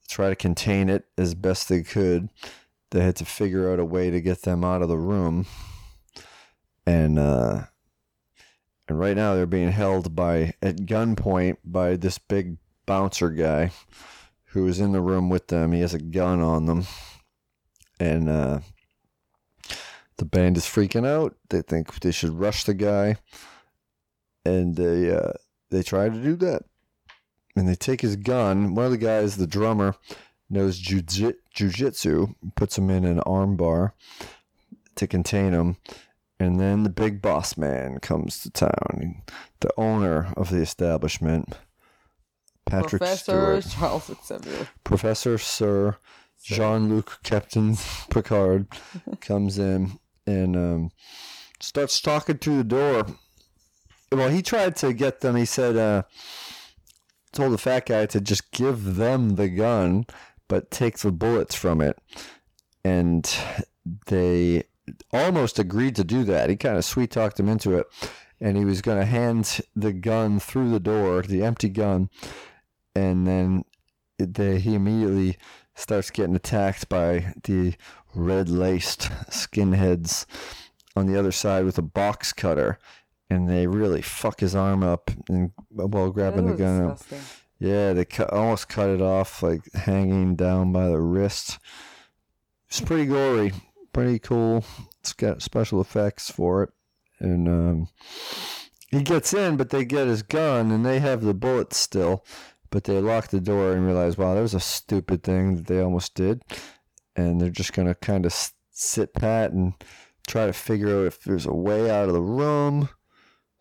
[SPEAKER 1] try to contain it as best they could. They had to figure out a way to get them out of the room. And, uh, and right now they're being held by at gunpoint by this big bouncer guy who is in the room with them. He has a gun on them. And uh, the band is freaking out. They think they should rush the guy. And they uh, they try to do that. And they take his gun. One of the guys, the drummer, knows jiu- jujitsu, puts him in an armbar to contain him. And then the big boss man comes to town, the owner of the establishment, Patrick
[SPEAKER 2] Professor
[SPEAKER 1] Stewart,
[SPEAKER 2] Charles Xavier.
[SPEAKER 1] Professor Sir Jean Luc Captain Picard comes in and um, starts talking through the door. Well, he tried to get them. He said, uh, told the fat guy to just give them the gun, but take the bullets from it. And they almost agreed to do that. He kind of sweet talked them into it. And he was going to hand the gun through the door, the empty gun. And then it- they, he immediately starts getting attacked by the red laced skinheads on the other side with a box cutter. And they really fuck his arm up and while grabbing the
[SPEAKER 2] That was
[SPEAKER 1] gun up.
[SPEAKER 2] disgusting.
[SPEAKER 1] Yeah, they cut, almost cut it off, like hanging down by the wrist. It's pretty gory, pretty cool. It's got special effects for it, and um, he gets in, but they get his gun, and they have the bullets still, but they lock the door and realize, wow, that was a stupid thing that they almost did, and they're just gonna kind of sit pat and try to figure out if there's a way out of the room.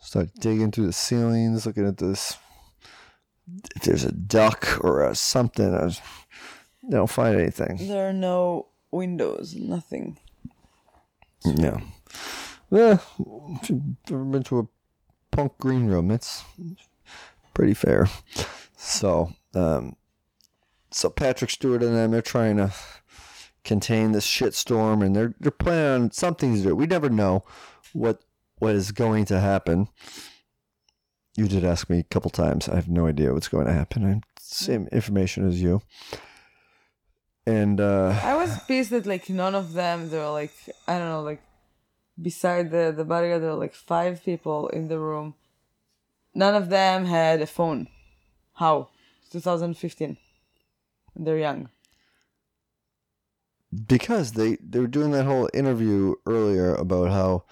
[SPEAKER 1] Start digging through the ceilings, looking at this if there's a duck or a something, I was- they don't find anything.
[SPEAKER 2] There are no windows, nothing.
[SPEAKER 1] No. Well, if you've Eh, ever been to a punk green room, it's pretty fair. So, um, so Patrick Stewart and them, they're trying to contain this shitstorm, and they're they're planning on something to do. We never know what what is going to happen. You did ask me a couple times. I have no idea what's going to happen. I same information as you. And uh,
[SPEAKER 2] I was pissed that like none of them. There were like I don't know, like beside the the bodyguard, there were like five people in the room. None of them had a phone. How? It's 2015. They're young.
[SPEAKER 1] because they they were doing that whole interview earlier about how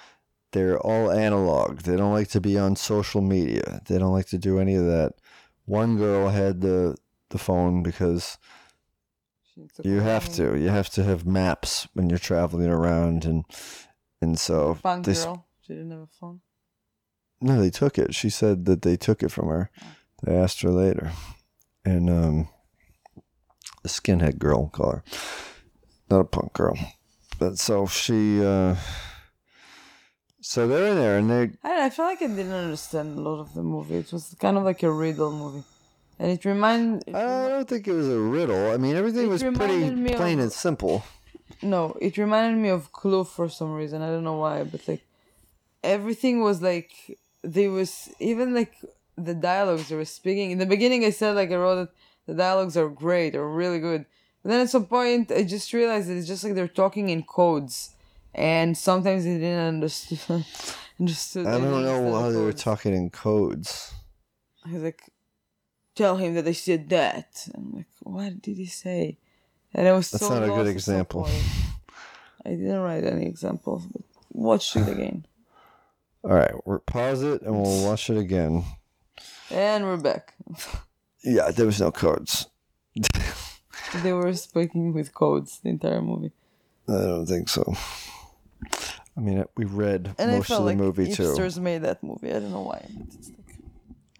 [SPEAKER 1] they're all analog. They don't like to be on social media. They don't like to do any of that. One girl had the the phone because
[SPEAKER 2] It's a
[SPEAKER 1] you have
[SPEAKER 2] phone.
[SPEAKER 1] to. You have to have maps when you're traveling around and and so
[SPEAKER 2] Punk
[SPEAKER 1] they s-
[SPEAKER 2] girl. She didn't have a phone.
[SPEAKER 1] no, they took it. She said that they took it from her. They asked her later. And um the skinhead girl we'll call her. Not a punk girl. But so she uh so they're in there and they
[SPEAKER 2] I don't know, I feel like I didn't understand a lot of the movie. It was kind of like a riddle movie, and it remind it
[SPEAKER 1] I don't think it was a riddle. I mean everything
[SPEAKER 2] It
[SPEAKER 1] was pretty
[SPEAKER 2] reminded me of-
[SPEAKER 1] plain and simple.
[SPEAKER 2] No, it reminded me of Clue for some reason. I don't know why, but like everything was like there was even like the dialogues they were speaking. In the beginning, I said like I wrote that the dialogues are great or really good. But then at some point, I just realized that it's just like they're talking in codes, and sometimes I didn't understand. understood.
[SPEAKER 1] I don't
[SPEAKER 2] didn't
[SPEAKER 1] know
[SPEAKER 2] understand the
[SPEAKER 1] why they were
[SPEAKER 2] codes.
[SPEAKER 1] talking in codes.
[SPEAKER 2] I was like, tell him that I said that. I'm like, what did he say? And I was
[SPEAKER 1] That's
[SPEAKER 2] so
[SPEAKER 1] not a good
[SPEAKER 2] lost at some
[SPEAKER 1] example.
[SPEAKER 2] point. I didn't write any examples, but watch it again.
[SPEAKER 1] All right, we're pause it and we'll watch it again.
[SPEAKER 2] And we're back.
[SPEAKER 1] Yeah, there was no codes.
[SPEAKER 2] they were speaking with codes the entire movie.
[SPEAKER 1] I don't think so. I mean, we read
[SPEAKER 2] And
[SPEAKER 1] most
[SPEAKER 2] I
[SPEAKER 1] of the
[SPEAKER 2] felt like
[SPEAKER 1] movie too.
[SPEAKER 2] hipsters made that movie. I don't know why. but it's like-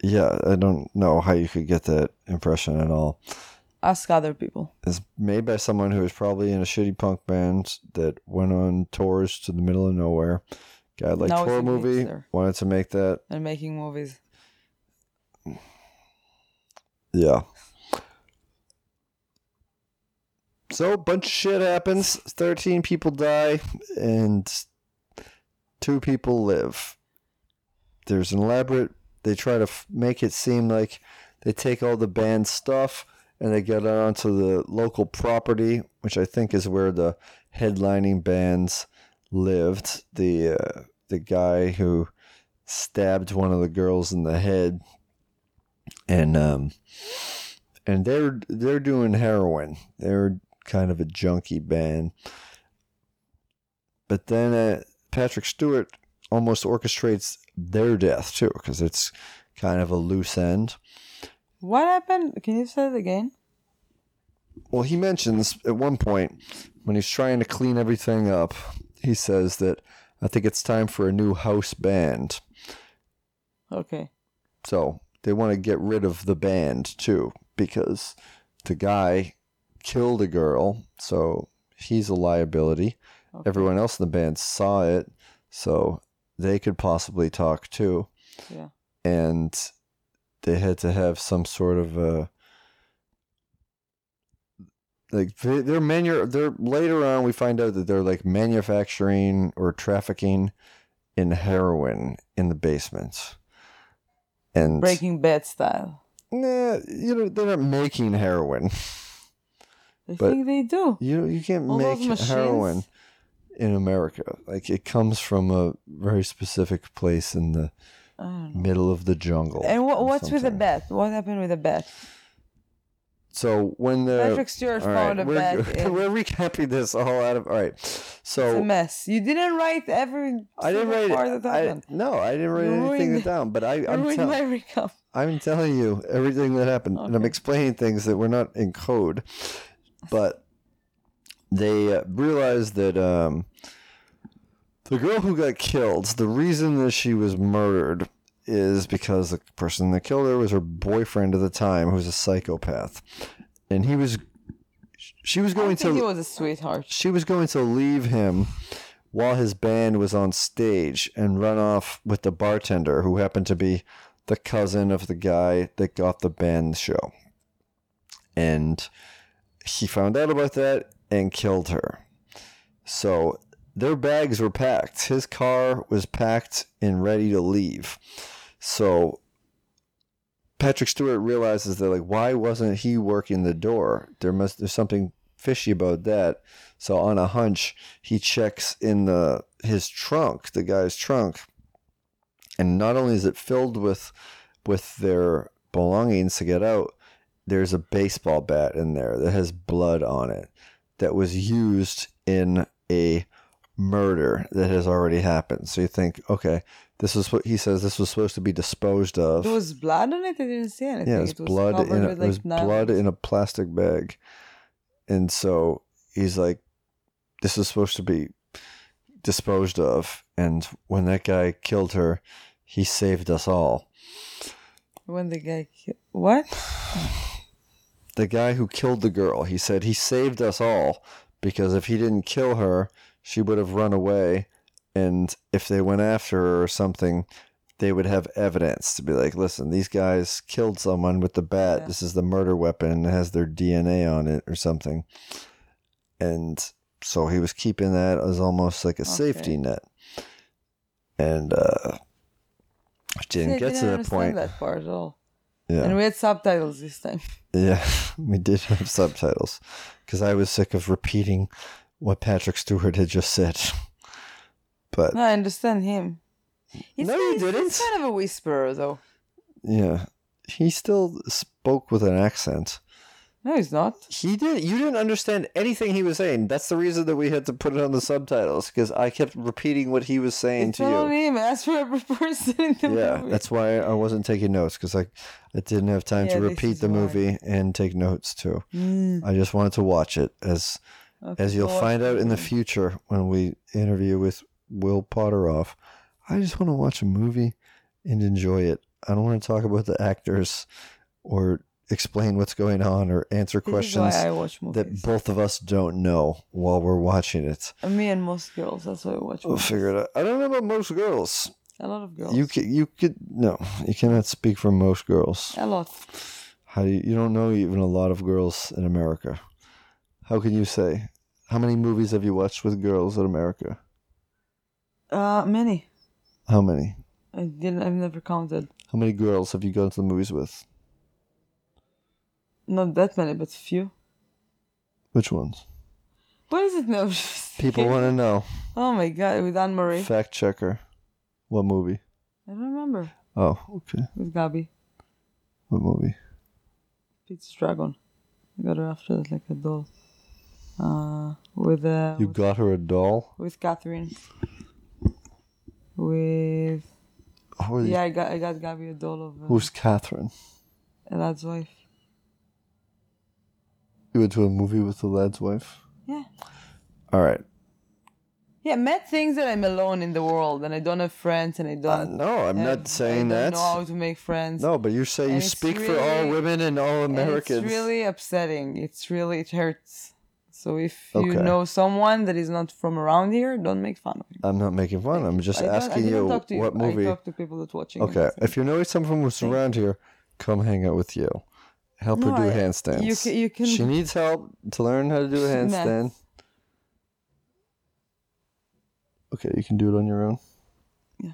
[SPEAKER 1] Yeah, I don't know how you could get that impression at all.
[SPEAKER 2] Ask other people.
[SPEAKER 1] It's made by someone who was probably in a shitty punk band that went on tours to the middle of nowhere. Guy like
[SPEAKER 2] Now it's
[SPEAKER 1] tour
[SPEAKER 2] a
[SPEAKER 1] movie
[SPEAKER 2] mixer.
[SPEAKER 1] wanted to make that.
[SPEAKER 2] They're making movies.
[SPEAKER 1] Yeah. So a bunch of shit happens. Thirteen people die, and two people live. There's an elaborate. They try to f- make it seem like they take all the band stuff and they get onto the local property, which I think is where the headlining bands lived. The uh, the guy who stabbed one of the girls in the head, and um, and they're they're doing heroin. They're kind of a junkie band. But then uh, Patrick Stewart almost orchestrates their death too, because it's kind of a loose end.
[SPEAKER 2] What happened? Can you say it again?
[SPEAKER 1] Well, he mentions at one point when he's trying to clean everything up, he says that I think it's time for a new house band.
[SPEAKER 2] Okay.
[SPEAKER 1] So they want to get rid of the band too because the guy killed a girl, so he's a liability.
[SPEAKER 2] Okay.
[SPEAKER 1] Everyone else in the band saw it, so they could possibly talk too.
[SPEAKER 2] Yeah.
[SPEAKER 1] And they had to have some sort of a like they- they're manu- they're later on we find out that they're like manufacturing or trafficking in heroin in the basement. And
[SPEAKER 2] Breaking Bad style.
[SPEAKER 1] nah, you know they're not making heroin.
[SPEAKER 2] I
[SPEAKER 1] But-
[SPEAKER 2] think they do.
[SPEAKER 1] You you can't
[SPEAKER 2] All
[SPEAKER 1] make
[SPEAKER 2] those machines.
[SPEAKER 1] heroin in America. Like it comes from a very specific place in the
[SPEAKER 2] I don't know.
[SPEAKER 1] middle of the jungle.
[SPEAKER 2] And what,
[SPEAKER 1] or
[SPEAKER 2] what's with the
[SPEAKER 1] something.
[SPEAKER 2] bat? What happened with the bat?
[SPEAKER 1] So when the
[SPEAKER 2] Patrick Stewart
[SPEAKER 1] Uh, all
[SPEAKER 2] found
[SPEAKER 1] right,
[SPEAKER 2] a
[SPEAKER 1] we're,
[SPEAKER 2] bat. in-
[SPEAKER 1] we're recapping this all out of all right.
[SPEAKER 2] It's a
[SPEAKER 1] So
[SPEAKER 2] mess. You didn't write every.
[SPEAKER 1] I didn't
[SPEAKER 2] single
[SPEAKER 1] write
[SPEAKER 2] part that
[SPEAKER 1] it. I,
[SPEAKER 2] happened.
[SPEAKER 1] no, I didn't write
[SPEAKER 2] You
[SPEAKER 1] anything
[SPEAKER 2] ruined-
[SPEAKER 1] down. But I,
[SPEAKER 2] You
[SPEAKER 1] I'm,
[SPEAKER 2] ruined
[SPEAKER 1] tell,
[SPEAKER 2] my recap.
[SPEAKER 1] I'm telling you everything that happened, and I'm
[SPEAKER 2] Okay.
[SPEAKER 1] explaining things that were not in code. But they uh, realized that um, the girl who got killed, the reason that she was murdered is because the person that killed her was her boyfriend at the time, who was a psychopath, and he was. She was
[SPEAKER 2] I
[SPEAKER 1] going to
[SPEAKER 2] think he was a sweetheart.
[SPEAKER 1] she was going to leave him while his band was on stage and run off with the bartender who happened to be the cousin of the guy that got the band show. And he found out about that and killed her. So their bags were packed. His car was packed and ready to leave. So Patrick Stewart realizes that like why wasn't he working the door? There must there's something fishy about that. So on a hunch, he checks in the his trunk, the guy's trunk, and not only is it filled with with their belongings to get out, there's a baseball bat in there that has blood on it that was used in a murder that has already happened. So you think, okay, this is what he says this was supposed to be disposed of.
[SPEAKER 2] There was blood on it. I didn't see anything.
[SPEAKER 1] Yeah, it was blood
[SPEAKER 2] covered
[SPEAKER 1] in a,
[SPEAKER 2] with,
[SPEAKER 1] it was
[SPEAKER 2] like, nail-
[SPEAKER 1] blood in a plastic bag, and so he's like, "This is supposed to be disposed of." And when that guy killed her, he saved us all.
[SPEAKER 2] When the guy. ki- What?
[SPEAKER 1] The guy who killed the girl, he said he saved us all because if he didn't kill her, she would have run away, and if they went after her or something. They would have evidence to be like, listen, these guys killed someone with the bat.
[SPEAKER 2] Yeah.
[SPEAKER 1] This is the murder weapon. and It has their DNA on it or something. and so he was keeping that as almost
[SPEAKER 2] Oh,
[SPEAKER 1] like a safety
[SPEAKER 2] Okay.
[SPEAKER 1] net. And uh, she
[SPEAKER 2] See,
[SPEAKER 1] didn't
[SPEAKER 2] I
[SPEAKER 1] get
[SPEAKER 2] didn't
[SPEAKER 1] to that
[SPEAKER 2] understand
[SPEAKER 1] point.
[SPEAKER 2] that part at all.
[SPEAKER 1] Yeah,
[SPEAKER 2] And we had subtitles this time.
[SPEAKER 1] yeah, we did have subtitles because I was sick of repeating what Patrick Stewart had just said. But
[SPEAKER 2] No, I understand him. He's
[SPEAKER 1] No,
[SPEAKER 2] kind-
[SPEAKER 1] you
[SPEAKER 2] he's- He's
[SPEAKER 1] didn't.
[SPEAKER 2] kind of a whisperer, though.
[SPEAKER 1] yeah, he still spoke with an accent.
[SPEAKER 2] No, he's not.
[SPEAKER 1] He did. You didn't understand anything he was saying. That's the reason that we had to put it on the subtitles because I kept repeating what he was saying
[SPEAKER 2] It's
[SPEAKER 1] to you.
[SPEAKER 2] not on him. That's for every person in the
[SPEAKER 1] yeah,
[SPEAKER 2] movie.
[SPEAKER 1] that's why I wasn't taking notes because I, I didn't have time
[SPEAKER 2] Yeah,
[SPEAKER 1] to
[SPEAKER 2] this
[SPEAKER 1] repeat
[SPEAKER 2] is
[SPEAKER 1] the
[SPEAKER 2] why.
[SPEAKER 1] movie and take notes too.
[SPEAKER 2] Mm,
[SPEAKER 1] I just wanted to watch it as
[SPEAKER 2] okay,
[SPEAKER 1] as you'll
[SPEAKER 2] so what-
[SPEAKER 1] find out in the future when we interview with Will Potteroff. I just want to watch a movie and enjoy it. I don't want to talk about the actors or explain what's going on or answer
[SPEAKER 2] This is
[SPEAKER 1] questions
[SPEAKER 2] why I watch
[SPEAKER 1] that
[SPEAKER 2] movies.
[SPEAKER 1] both of us don't know while we're watching it.
[SPEAKER 2] Me and most girls, that's why I watch
[SPEAKER 1] We'll
[SPEAKER 2] movies.
[SPEAKER 1] figure it out. I don't know about most girls.
[SPEAKER 2] A lot of girls.
[SPEAKER 1] You could, you could no, you cannot speak for most girls.
[SPEAKER 2] A lot.
[SPEAKER 1] How do you, you don't know even a lot of girls in America? How can you say? How many movies have you watched with girls in America?
[SPEAKER 2] Uh, many.
[SPEAKER 1] How many?
[SPEAKER 2] I didn't. I've never counted.
[SPEAKER 1] How many girls have you gone to the movies with?
[SPEAKER 2] Not that many, but few.
[SPEAKER 1] Which ones?
[SPEAKER 2] What is it now?
[SPEAKER 1] People want to know.
[SPEAKER 2] Oh my god, with Anne Marie.
[SPEAKER 1] Fact checker. What movie?
[SPEAKER 2] I don't remember.
[SPEAKER 1] Oh, okay.
[SPEAKER 2] With Gabi.
[SPEAKER 1] What movie?
[SPEAKER 2] Pete's Dragon. I got her after that like a doll. Uh, with uh,
[SPEAKER 1] You got her a doll?
[SPEAKER 2] with Catherine. With
[SPEAKER 1] Who are these-
[SPEAKER 2] yeah, I got I got Gabi a doll of uh,
[SPEAKER 1] Who's Catherine?
[SPEAKER 2] Elad's wife.
[SPEAKER 1] You went to a movie with the lad's wife?
[SPEAKER 2] Yeah.
[SPEAKER 1] All right.
[SPEAKER 2] Yeah, Matt thinks that I'm alone in the world and I don't have friends and I
[SPEAKER 1] Uh,
[SPEAKER 2] don't.
[SPEAKER 1] no, I'm
[SPEAKER 2] have-
[SPEAKER 1] not saying
[SPEAKER 2] I don't
[SPEAKER 1] that.
[SPEAKER 2] know how to make friends.
[SPEAKER 1] No, but you say you
[SPEAKER 2] And it's
[SPEAKER 1] speak for all
[SPEAKER 2] really-
[SPEAKER 1] women and all
[SPEAKER 2] And
[SPEAKER 1] Americans.
[SPEAKER 2] It's really upsetting. It's really it hurts. So if you
[SPEAKER 1] Okay.
[SPEAKER 2] know someone that is not from around here, don't make fun of him.
[SPEAKER 1] I'm not making fun. I'm just
[SPEAKER 2] I don't- I
[SPEAKER 1] asking
[SPEAKER 2] didn't
[SPEAKER 1] you
[SPEAKER 2] talk to
[SPEAKER 1] what
[SPEAKER 2] you.
[SPEAKER 1] movie.
[SPEAKER 2] I talk to people that watching. it.
[SPEAKER 1] Okay, if you know someone who's around here, come hang out with you. Help
[SPEAKER 2] No,
[SPEAKER 1] her do
[SPEAKER 2] I-
[SPEAKER 1] handstands.
[SPEAKER 2] you ca- you can-
[SPEAKER 1] She needs help to learn how to do a
[SPEAKER 2] Math.
[SPEAKER 1] handstand. Okay, you can do it on your own.
[SPEAKER 2] Yeah.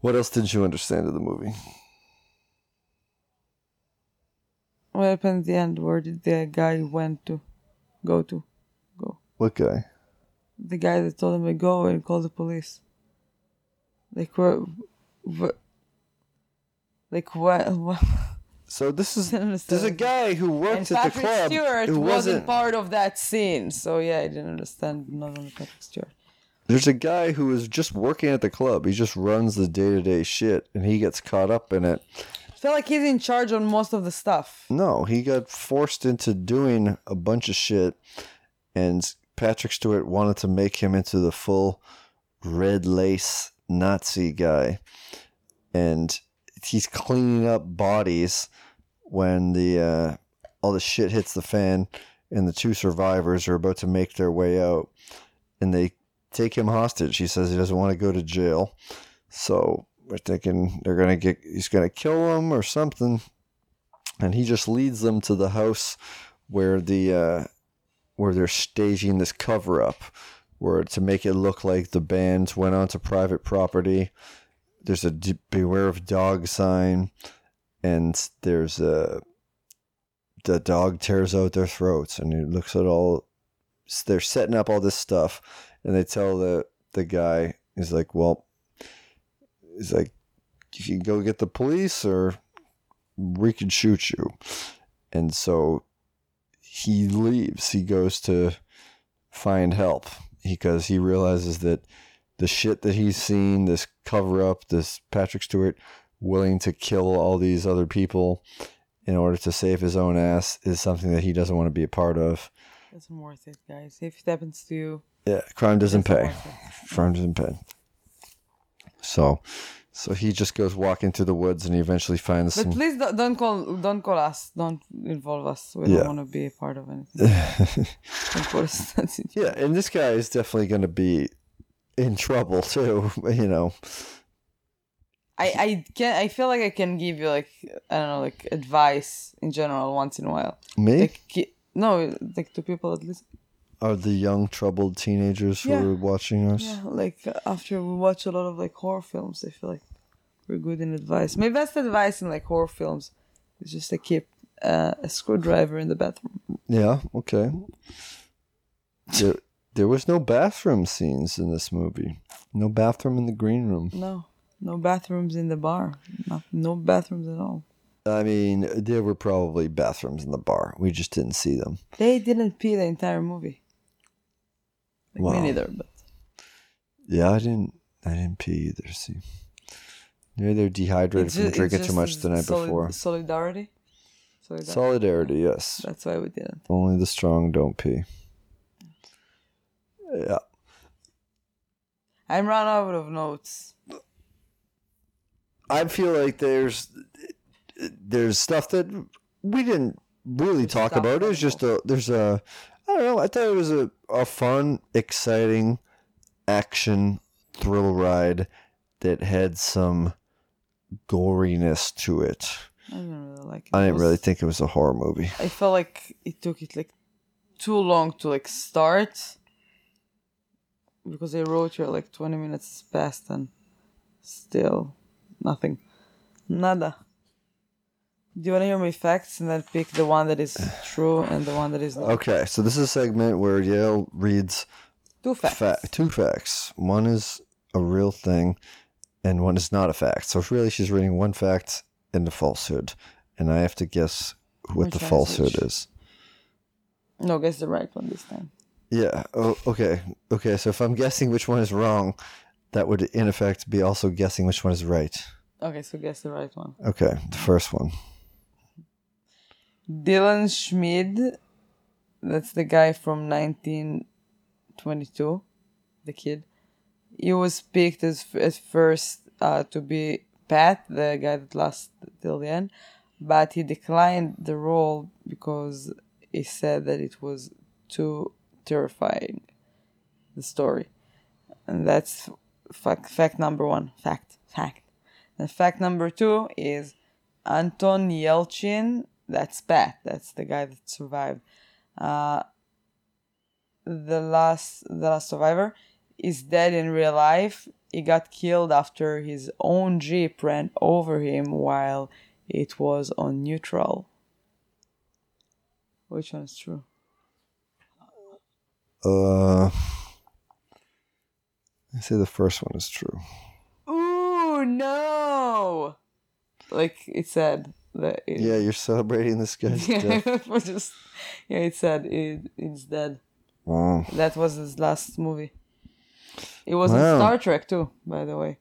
[SPEAKER 1] What else did you understand of the movie?
[SPEAKER 2] What happened at the end? Where did the guy went to? Go to? Go.
[SPEAKER 1] What guy?
[SPEAKER 2] The guy that told him to go and call the police. Like where? where like what? what
[SPEAKER 1] So this is
[SPEAKER 2] I don't
[SPEAKER 1] this is a
[SPEAKER 2] understand.
[SPEAKER 1] guy who
[SPEAKER 2] and
[SPEAKER 1] worked at the
[SPEAKER 2] Patrick
[SPEAKER 1] club
[SPEAKER 2] Stewart
[SPEAKER 1] who
[SPEAKER 2] wasn't,
[SPEAKER 1] wasn't
[SPEAKER 2] part of that scene, so yeah, I didn't understand. Not only Patrick Stewart.
[SPEAKER 1] There's a guy who is just working at the club. He just runs the day to day shit and he gets caught up in it.
[SPEAKER 2] felt like he's in charge on most of the stuff.
[SPEAKER 1] No, he got forced into doing a bunch of shit and Patrick Stewart wanted to make him into the full red lace Nazi guy. And he's cleaning up bodies when the uh, all the shit hits the fan and the two survivors are about to make their way out and they take him hostage. He says he doesn't want to go to jail. So we're thinking they're gonna get he's gonna kill him or something. And he just leads them to the house where the uh, where they're staging this cover up where to make it look like the band went onto private property. There's a d- beware of dog sign and there's a the dog tears out their throats and it looks at all s- they're setting up all this stuff and they tell the the guy he's like well he's like you can go get the police or we can shoot you and so he leaves he goes to find help because he realizes that the shit that he's seen this cover up this patrick stewart willing to kill all these other people in order to save his own ass is something that he doesn't want to be a part of
[SPEAKER 2] That's not worth it, guys. If it happens to you,
[SPEAKER 1] yeah, crime doesn't
[SPEAKER 2] That's
[SPEAKER 1] pay. Crime doesn't pay. So, so he just goes walking through the woods and he eventually finds
[SPEAKER 2] but
[SPEAKER 1] some.
[SPEAKER 2] please don't, don't call, don't call us, don't involve us. We
[SPEAKER 1] Yeah.
[SPEAKER 2] don't want to be a part of anything. don't put us in that situation.
[SPEAKER 1] yeah, and this guy is definitely going to be in trouble too. You know,
[SPEAKER 2] I, I can, I feel like I can give you like, I don't know, like advice in general once in a while.
[SPEAKER 1] me
[SPEAKER 2] Like, ki- no, like to people at least.
[SPEAKER 1] are the young troubled teenagers who
[SPEAKER 2] Yeah.
[SPEAKER 1] are watching us.
[SPEAKER 2] Yeah, like after we watch a lot of like horror films, I feel like we're good in advice. My best advice in like horror films is just to keep uh, a screwdriver in the bathroom.
[SPEAKER 1] Yeah, okay. There, there was no bathroom scenes in this movie. No bathroom in the green room.
[SPEAKER 2] No, no bathrooms in the bar. No, no bathrooms at all.
[SPEAKER 1] I mean, there were probably bathrooms in the bar. We just didn't see them.
[SPEAKER 2] They didn't pee the entire movie. Like
[SPEAKER 1] Wow.
[SPEAKER 2] Me neither, but
[SPEAKER 1] Yeah, I didn't. I didn't pee either. See, maybe they're dehydrated
[SPEAKER 2] It's ju-
[SPEAKER 1] from
[SPEAKER 2] it's
[SPEAKER 1] drinking too
[SPEAKER 2] just
[SPEAKER 1] much the night
[SPEAKER 2] soli-
[SPEAKER 1] before.
[SPEAKER 2] Solidarity. Solidarity.
[SPEAKER 1] Solidarity, yes.
[SPEAKER 2] That's why we didn't.
[SPEAKER 1] Only the strong don't pee. Yeah.
[SPEAKER 2] I'm run out of notes.
[SPEAKER 1] I feel like there's there's stuff that we didn't really talk
[SPEAKER 2] stuff
[SPEAKER 1] about. It was
[SPEAKER 2] that-
[SPEAKER 1] just a there's a I don't know. I thought it was a, a fun, exciting action thrill ride that had some goriness to it.
[SPEAKER 2] I didn't really like it.
[SPEAKER 1] I
[SPEAKER 2] It
[SPEAKER 1] didn't
[SPEAKER 2] was-
[SPEAKER 1] really think it was a horror movie.
[SPEAKER 2] I felt like it took it like too long to like start because I wrote here like 20 minutes past and still nothing. Nada. Do you want to hear my facts and then pick the one that is true and the one that is not?
[SPEAKER 1] Okay, so this is a segment where Yale reads
[SPEAKER 2] Two facts.
[SPEAKER 1] fa- two facts. One is a real thing, and one is not a fact. So really, she's reading one fact and a falsehood, and I have to guess what
[SPEAKER 2] Which
[SPEAKER 1] the
[SPEAKER 2] one is
[SPEAKER 1] falsehood
[SPEAKER 2] which?
[SPEAKER 1] is.
[SPEAKER 2] No, guess the right one this time.
[SPEAKER 1] Yeah. Oh, okay. Okay. So if I'm guessing which one is wrong, that would in effect be also guessing which one is right.
[SPEAKER 2] Okay, so guess the right one.
[SPEAKER 1] Okay, the first one.
[SPEAKER 2] Dylan Schmid that's the guy from 1922, the kid. He was picked as at first uh, to be Pat, the guy that lost till the end, but he declined the role because he said that it was too terrifying, the story, and that's fact, fact number one. Fact, fact. And fact number two is Anton Yelchin. That's Pat. That's the guy that survived. Uh, the last the last survivor is dead in real life. He got killed after his own jeep ran over him while it was on neutral. Which one is true?
[SPEAKER 1] Uh, I say the first one is true.
[SPEAKER 2] Ooh no! Like it said that. It,
[SPEAKER 1] Yeah, you're celebrating this guy's
[SPEAKER 2] yeah,
[SPEAKER 1] death.
[SPEAKER 2] it just yeah, it said it, it's dead.
[SPEAKER 1] Wow.
[SPEAKER 2] That was his last movie. It was in
[SPEAKER 1] Wow.
[SPEAKER 2] Star Trek too, by the way.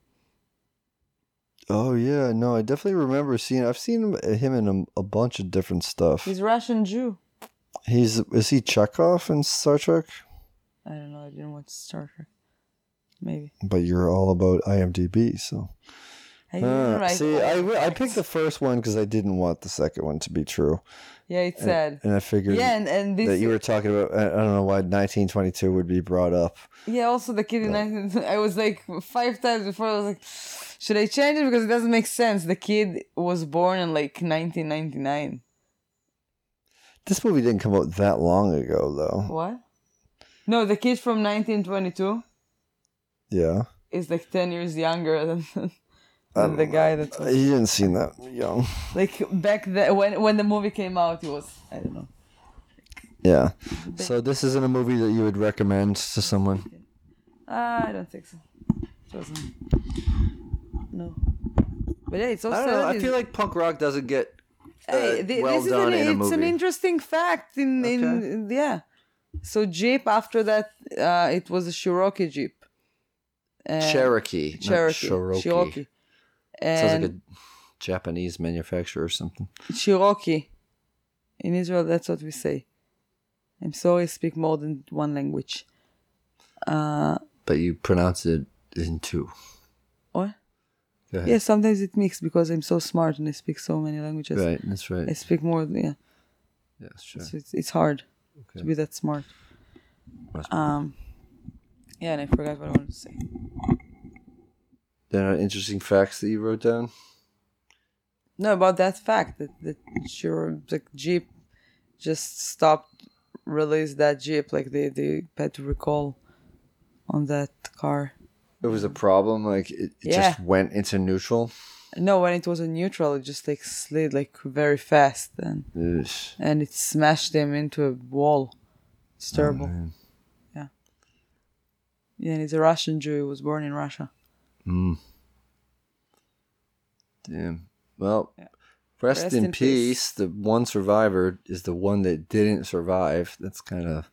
[SPEAKER 1] Oh yeah, no, I definitely remember seeing. I've seen him in a, a bunch of different stuff.
[SPEAKER 2] He's Russian Jew.
[SPEAKER 1] He's is he Chekhov in Star Trek?
[SPEAKER 2] I don't know. I didn't watch Star Trek. Maybe.
[SPEAKER 1] But you're all about IMDb, so.
[SPEAKER 2] I
[SPEAKER 1] Uh,
[SPEAKER 2] didn't write
[SPEAKER 1] see,
[SPEAKER 2] all
[SPEAKER 1] I,
[SPEAKER 2] the
[SPEAKER 1] re- I
[SPEAKER 2] facts.
[SPEAKER 1] picked the first one because I didn't want the second one to be true,
[SPEAKER 2] Yeah, it said.
[SPEAKER 1] and I figured
[SPEAKER 2] Yeah, and, and
[SPEAKER 1] that
[SPEAKER 2] this.
[SPEAKER 1] you were talking about. I I don't know why 1922 would be brought up.
[SPEAKER 2] yeah, also the kid in 19. I was like five times before. I was like, should I change it because it doesn't make sense. The kid was born in like 1999.
[SPEAKER 1] This movie didn't come out that long ago, though.
[SPEAKER 2] What? No, the kid from 1922
[SPEAKER 1] Yeah,
[SPEAKER 2] is like 10 years younger than, than
[SPEAKER 1] don't
[SPEAKER 2] the guy that was
[SPEAKER 1] he didn't seem that young.
[SPEAKER 2] like back then when when the movie came out. It was I don't know.
[SPEAKER 1] Yeah. So this isn't a movie that you would recommend to someone.
[SPEAKER 2] Uh, I don't think so. It wasn't. No. But yeah, it's also.
[SPEAKER 1] I don't know. I feel like punk rock doesn't get
[SPEAKER 2] Hey,
[SPEAKER 1] uh,
[SPEAKER 2] thi-
[SPEAKER 1] well
[SPEAKER 2] this is
[SPEAKER 1] done
[SPEAKER 2] an,
[SPEAKER 1] in a
[SPEAKER 2] it's an
[SPEAKER 1] movie.
[SPEAKER 2] interesting fact. In, in,
[SPEAKER 1] Okay.
[SPEAKER 2] in- yeah, so Jeep after that, uh, it was a Cherokee Jeep. And
[SPEAKER 1] Cherokee. not
[SPEAKER 2] Cherokee,
[SPEAKER 1] Cherokee.
[SPEAKER 2] Cherokee,
[SPEAKER 1] Sounds
[SPEAKER 2] and
[SPEAKER 1] like a Japanese manufacturer or something.
[SPEAKER 2] Cherokee. In Israel, that's what we say. I'm sorry, I speak more than one language. Uh,
[SPEAKER 1] But you pronounce it in two.
[SPEAKER 2] what?
[SPEAKER 1] Go ahead.
[SPEAKER 2] Yeah, sometimes it mixes because I'm so smart and I speak so many languages.
[SPEAKER 1] Right, that's right.
[SPEAKER 2] I speak more. than- Yeah,
[SPEAKER 1] yeah, sure.
[SPEAKER 2] so it's, it's hard to
[SPEAKER 1] Okay.
[SPEAKER 2] be that smart.
[SPEAKER 1] Must be.
[SPEAKER 2] Um, yeah, and I forgot what I wanted to say.
[SPEAKER 1] There are interesting facts that you wrote down.
[SPEAKER 2] No, about that fact that that sure the Jeep just stopped released that Jeep like they they had to recall on that car.
[SPEAKER 1] It was a problem. Like it, it just
[SPEAKER 2] Yeah.
[SPEAKER 1] went into neutral.
[SPEAKER 2] No, when it was on neutral, it just like slid like very fast and
[SPEAKER 1] Ugh.
[SPEAKER 2] and it smashed him into a wall. It's terrible.
[SPEAKER 1] man.
[SPEAKER 2] yeah. Yeah, and he's a Russian Jew. He was born in Russia.
[SPEAKER 1] Mm. Damn. Well,
[SPEAKER 2] Yeah.
[SPEAKER 1] rest,
[SPEAKER 2] Rest
[SPEAKER 1] in,
[SPEAKER 2] in
[SPEAKER 1] peace.
[SPEAKER 2] peace.
[SPEAKER 1] The one survivor is the one that didn't survive. That's kind of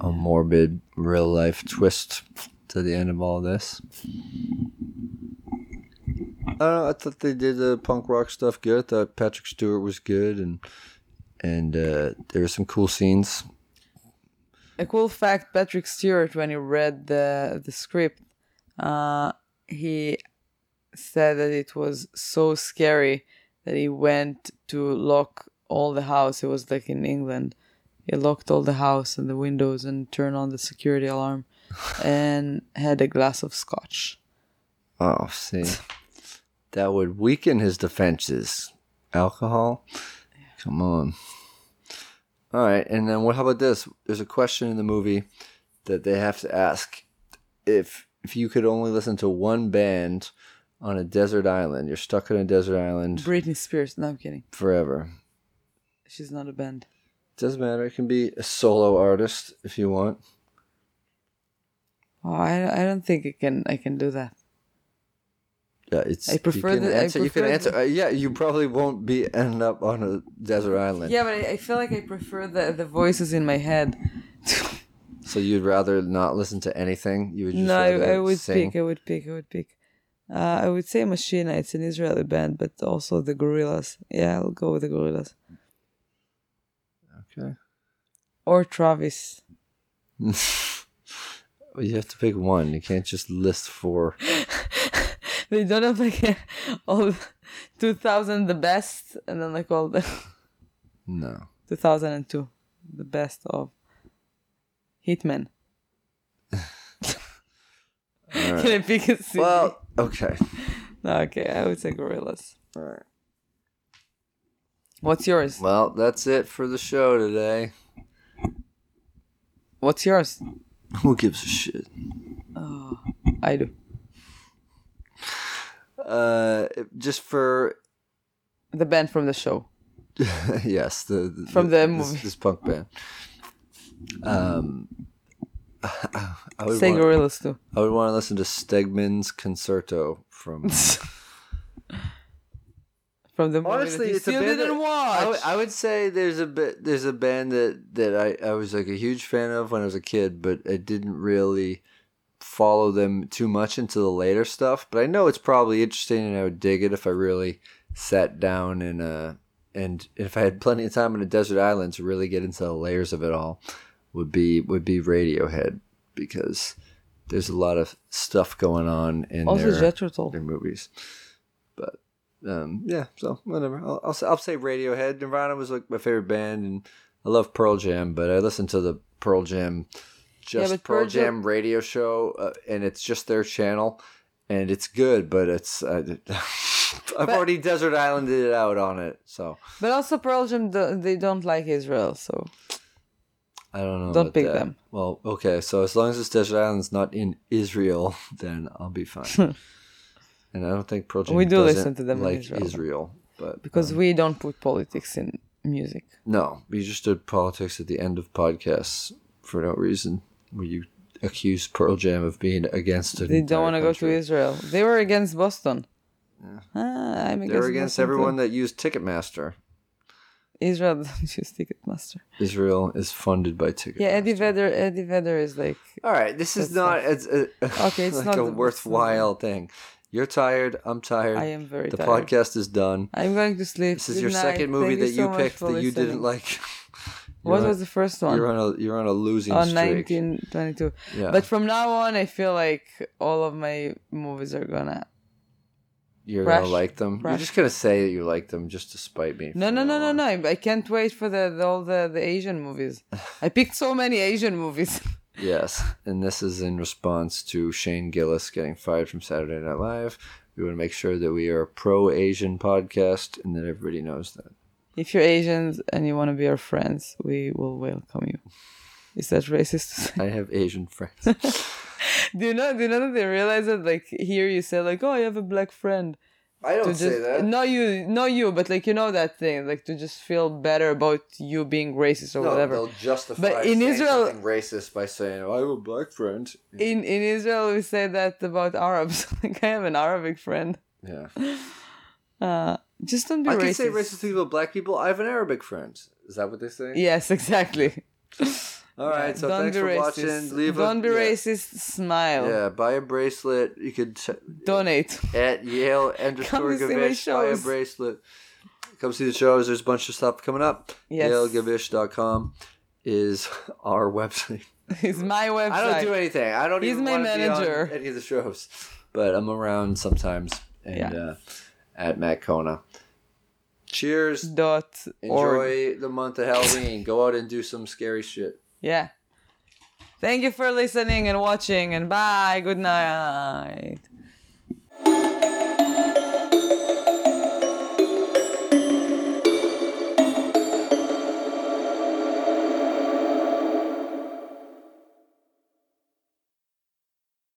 [SPEAKER 1] a morbid real life twist to the end of all this. I don't know. I thought they did the punk rock stuff good. I thought Patrick Stewart was good, and and uh, there were some cool scenes.
[SPEAKER 2] A cool fact: Patrick Stewart, when he read the the script, uh, he said that it was so scary that he went to lock all the house. It was like in England. He locked all the house and the windows and turned on the security alarm, and had a glass of scotch.
[SPEAKER 1] Oh, see, that would weaken his defenses. Alcohol, come on. All right, and then what? How about this? There's a question in the movie that they have to ask: if if you could only listen to one band on a desert island, you're stuck on a desert island
[SPEAKER 2] Britney Spears. No, I'm kidding.
[SPEAKER 1] forever.
[SPEAKER 2] She's not a band.
[SPEAKER 1] Doesn't matter. It can be a solo artist if you want.
[SPEAKER 2] Oh, I I don't think I can I can do that.
[SPEAKER 1] Yeah, it's.
[SPEAKER 2] I prefer
[SPEAKER 1] you can
[SPEAKER 2] the- I
[SPEAKER 1] answer. you can
[SPEAKER 2] prefer
[SPEAKER 1] answer.
[SPEAKER 2] the-
[SPEAKER 1] uh, yeah, you probably won't be end up on a desert island.
[SPEAKER 2] Yeah, but I, I feel like I prefer the the voices in my head.
[SPEAKER 1] So you'd rather not listen to anything? You would just
[SPEAKER 2] no,
[SPEAKER 1] rather
[SPEAKER 2] I, I would
[SPEAKER 1] sing?
[SPEAKER 2] pick. I would pick. I would pick. Uh, I would say Machina. It's an Israeli band, but also the Gorillas. Yeah, I'll go with the Gorillas.
[SPEAKER 1] Okay.
[SPEAKER 2] or Travis.
[SPEAKER 1] You have to pick one. You can't just list four.
[SPEAKER 2] They don't have like all 2000 the best and then like all the
[SPEAKER 1] No.
[SPEAKER 2] 2002 the best of Hitman.
[SPEAKER 1] All right.
[SPEAKER 2] Can I pick a city?
[SPEAKER 1] Well, okay.
[SPEAKER 2] No, okay, I would say gorillas.
[SPEAKER 1] All right.
[SPEAKER 2] What's yours?
[SPEAKER 1] Well, that's it for the show today.
[SPEAKER 2] What's yours?
[SPEAKER 1] Who gives a shit?
[SPEAKER 2] Oh, I do.
[SPEAKER 1] Uh, just for
[SPEAKER 2] The band from the show.
[SPEAKER 1] yes, the, the-
[SPEAKER 2] From the
[SPEAKER 1] this,
[SPEAKER 2] movie.
[SPEAKER 1] this punk band. Um, I would
[SPEAKER 2] Say
[SPEAKER 1] wanna-
[SPEAKER 2] gorillas too.
[SPEAKER 1] I would want to listen to Stegman's concerto from.
[SPEAKER 2] From the movie
[SPEAKER 1] Honestly,
[SPEAKER 2] that you
[SPEAKER 1] it's a
[SPEAKER 2] still
[SPEAKER 1] band
[SPEAKER 2] didn't
[SPEAKER 1] that-
[SPEAKER 2] watch.
[SPEAKER 1] I would- I would say there's a bit there's a band that that I I was like a huge fan of when I was a kid, but I didn't really follow them too much into the later stuff. But I know it's probably interesting, and I would dig it if I really sat down and uh and if I had plenty of time on a desert island to really get into the layers of it all, would be would be Radiohead because there's a lot of stuff going on in
[SPEAKER 2] also,
[SPEAKER 1] their
[SPEAKER 2] Jethro Tull.
[SPEAKER 1] their movies. But um, yeah, so whatever. I'll, I'll say- I'll say Radiohead. Nirvana was like my favorite band, and I love Pearl Jam. But I listened to the Pearl Jam, just
[SPEAKER 2] but
[SPEAKER 1] Pearl
[SPEAKER 2] Pearl Jam-
[SPEAKER 1] Jam radio show, uh, and it's just their channel, and it's good. But it's uh, I've already desert islanded it out on it, so
[SPEAKER 2] But also Pearl Jam, do- they don't like Israel, so
[SPEAKER 1] I don't know.
[SPEAKER 2] Don't
[SPEAKER 1] about
[SPEAKER 2] pick
[SPEAKER 1] that.
[SPEAKER 2] them.
[SPEAKER 1] Well, okay. So as long as this desert island's not in Israel, then I'll be fine. and I don't think Pearl Jam
[SPEAKER 2] We do
[SPEAKER 1] doesn't
[SPEAKER 2] listen to them in
[SPEAKER 1] like
[SPEAKER 2] Israel.
[SPEAKER 1] but
[SPEAKER 2] because we don't put politics in music.
[SPEAKER 1] No, you just did politics at the end of podcasts for no reason. Where you accuse Pearl Jam of being against it.
[SPEAKER 2] They don't want to go to Israel. They were against Boston. Ah, I'm
[SPEAKER 1] They're against
[SPEAKER 2] Boston too.
[SPEAKER 1] everyone that used Ticketmaster.
[SPEAKER 2] Israel don't use Ticketmaster.
[SPEAKER 1] Israel is funded by Ticketmaster.
[SPEAKER 2] Yeah, Eddie Vedder. Eddie Vedder is like
[SPEAKER 1] All right, this is not it's a,
[SPEAKER 2] Okay, it's
[SPEAKER 1] like
[SPEAKER 2] not
[SPEAKER 1] a
[SPEAKER 2] the-
[SPEAKER 1] worthwhile thing. You're tired. I'm tired.
[SPEAKER 2] I am very
[SPEAKER 1] the
[SPEAKER 2] tired.
[SPEAKER 1] podcast is done.
[SPEAKER 2] I'm going to sleep.
[SPEAKER 1] This is
[SPEAKER 2] Good
[SPEAKER 1] your
[SPEAKER 2] night.
[SPEAKER 1] second movie
[SPEAKER 2] Thank
[SPEAKER 1] that you,
[SPEAKER 2] so much
[SPEAKER 1] picked
[SPEAKER 2] for
[SPEAKER 1] that you
[SPEAKER 2] listening.
[SPEAKER 1] didn't like.
[SPEAKER 2] What
[SPEAKER 1] You're
[SPEAKER 2] was the first
[SPEAKER 1] on-
[SPEAKER 2] one?
[SPEAKER 1] You're on a you're on a losing
[SPEAKER 2] on
[SPEAKER 1] streak.
[SPEAKER 2] 1922.
[SPEAKER 1] Yeah.
[SPEAKER 2] Oh, But from now on, I feel like all of my movies are gonna.
[SPEAKER 1] You're
[SPEAKER 2] Crash.
[SPEAKER 1] gonna like them. You're
[SPEAKER 2] Crash.
[SPEAKER 1] just gonna say that you like them just to spite me.
[SPEAKER 2] No,
[SPEAKER 1] from
[SPEAKER 2] no, no,
[SPEAKER 1] now
[SPEAKER 2] no,
[SPEAKER 1] on.
[SPEAKER 2] no. I- I can't wait for the, the all the, the Asian movies. I picked so many Asian movies.
[SPEAKER 1] Yes, and this is in response to Shane Gillis getting fired from Saturday Night Live. We want to make sure that we are a pro-Asian podcast and that everybody knows that.
[SPEAKER 2] if you're Asians and you want to be our friends, we will welcome you. Is that racist? to say?
[SPEAKER 1] I have Asian friends.
[SPEAKER 2] do you know? Do you know that they realize that? Like here, you say like, "Oh, I have a black friend."
[SPEAKER 1] I don't
[SPEAKER 2] to just no you no you but like you know that thing like to just feel better about you being racist or whatever
[SPEAKER 1] justify
[SPEAKER 2] But in saying Israel- something
[SPEAKER 1] racist by saying, "Oh, "I have a black friend."
[SPEAKER 2] in in israel we say that about arabs like i have an arabic friend
[SPEAKER 1] Yeah,
[SPEAKER 2] uh just don't be
[SPEAKER 1] I
[SPEAKER 2] racist.
[SPEAKER 1] can say racist things about black people. I have an Arabic friend. Is that what they say?
[SPEAKER 2] yes exactly
[SPEAKER 1] All right. So
[SPEAKER 2] don't
[SPEAKER 1] thanks
[SPEAKER 2] be
[SPEAKER 1] for
[SPEAKER 2] racist
[SPEAKER 1] watching. Leave
[SPEAKER 2] don't
[SPEAKER 1] a,
[SPEAKER 2] be
[SPEAKER 1] yeah.
[SPEAKER 2] racist smile
[SPEAKER 1] Yeah, buy a bracelet. You could t-
[SPEAKER 2] donate
[SPEAKER 1] at Yale underscore
[SPEAKER 2] Come to see my
[SPEAKER 1] Gavish. Buy a
[SPEAKER 2] shows.
[SPEAKER 1] bracelet. Come see the shows. There's a bunch of stuff coming up.
[SPEAKER 2] Yes.
[SPEAKER 1] YaleGavish.com is our website.
[SPEAKER 2] it's my website
[SPEAKER 1] I don't do anything. I don't
[SPEAKER 2] He's
[SPEAKER 1] even
[SPEAKER 2] my
[SPEAKER 1] want
[SPEAKER 2] manager.
[SPEAKER 1] to be on any of the shows. But I'm around sometimes and
[SPEAKER 2] Yeah.
[SPEAKER 1] uh, at Matt Kona. Cheers.
[SPEAKER 2] dot org
[SPEAKER 1] Enjoy the month of Halloween. Go out and do some scary shit.
[SPEAKER 2] yeah thank you for listening and watching and bye good night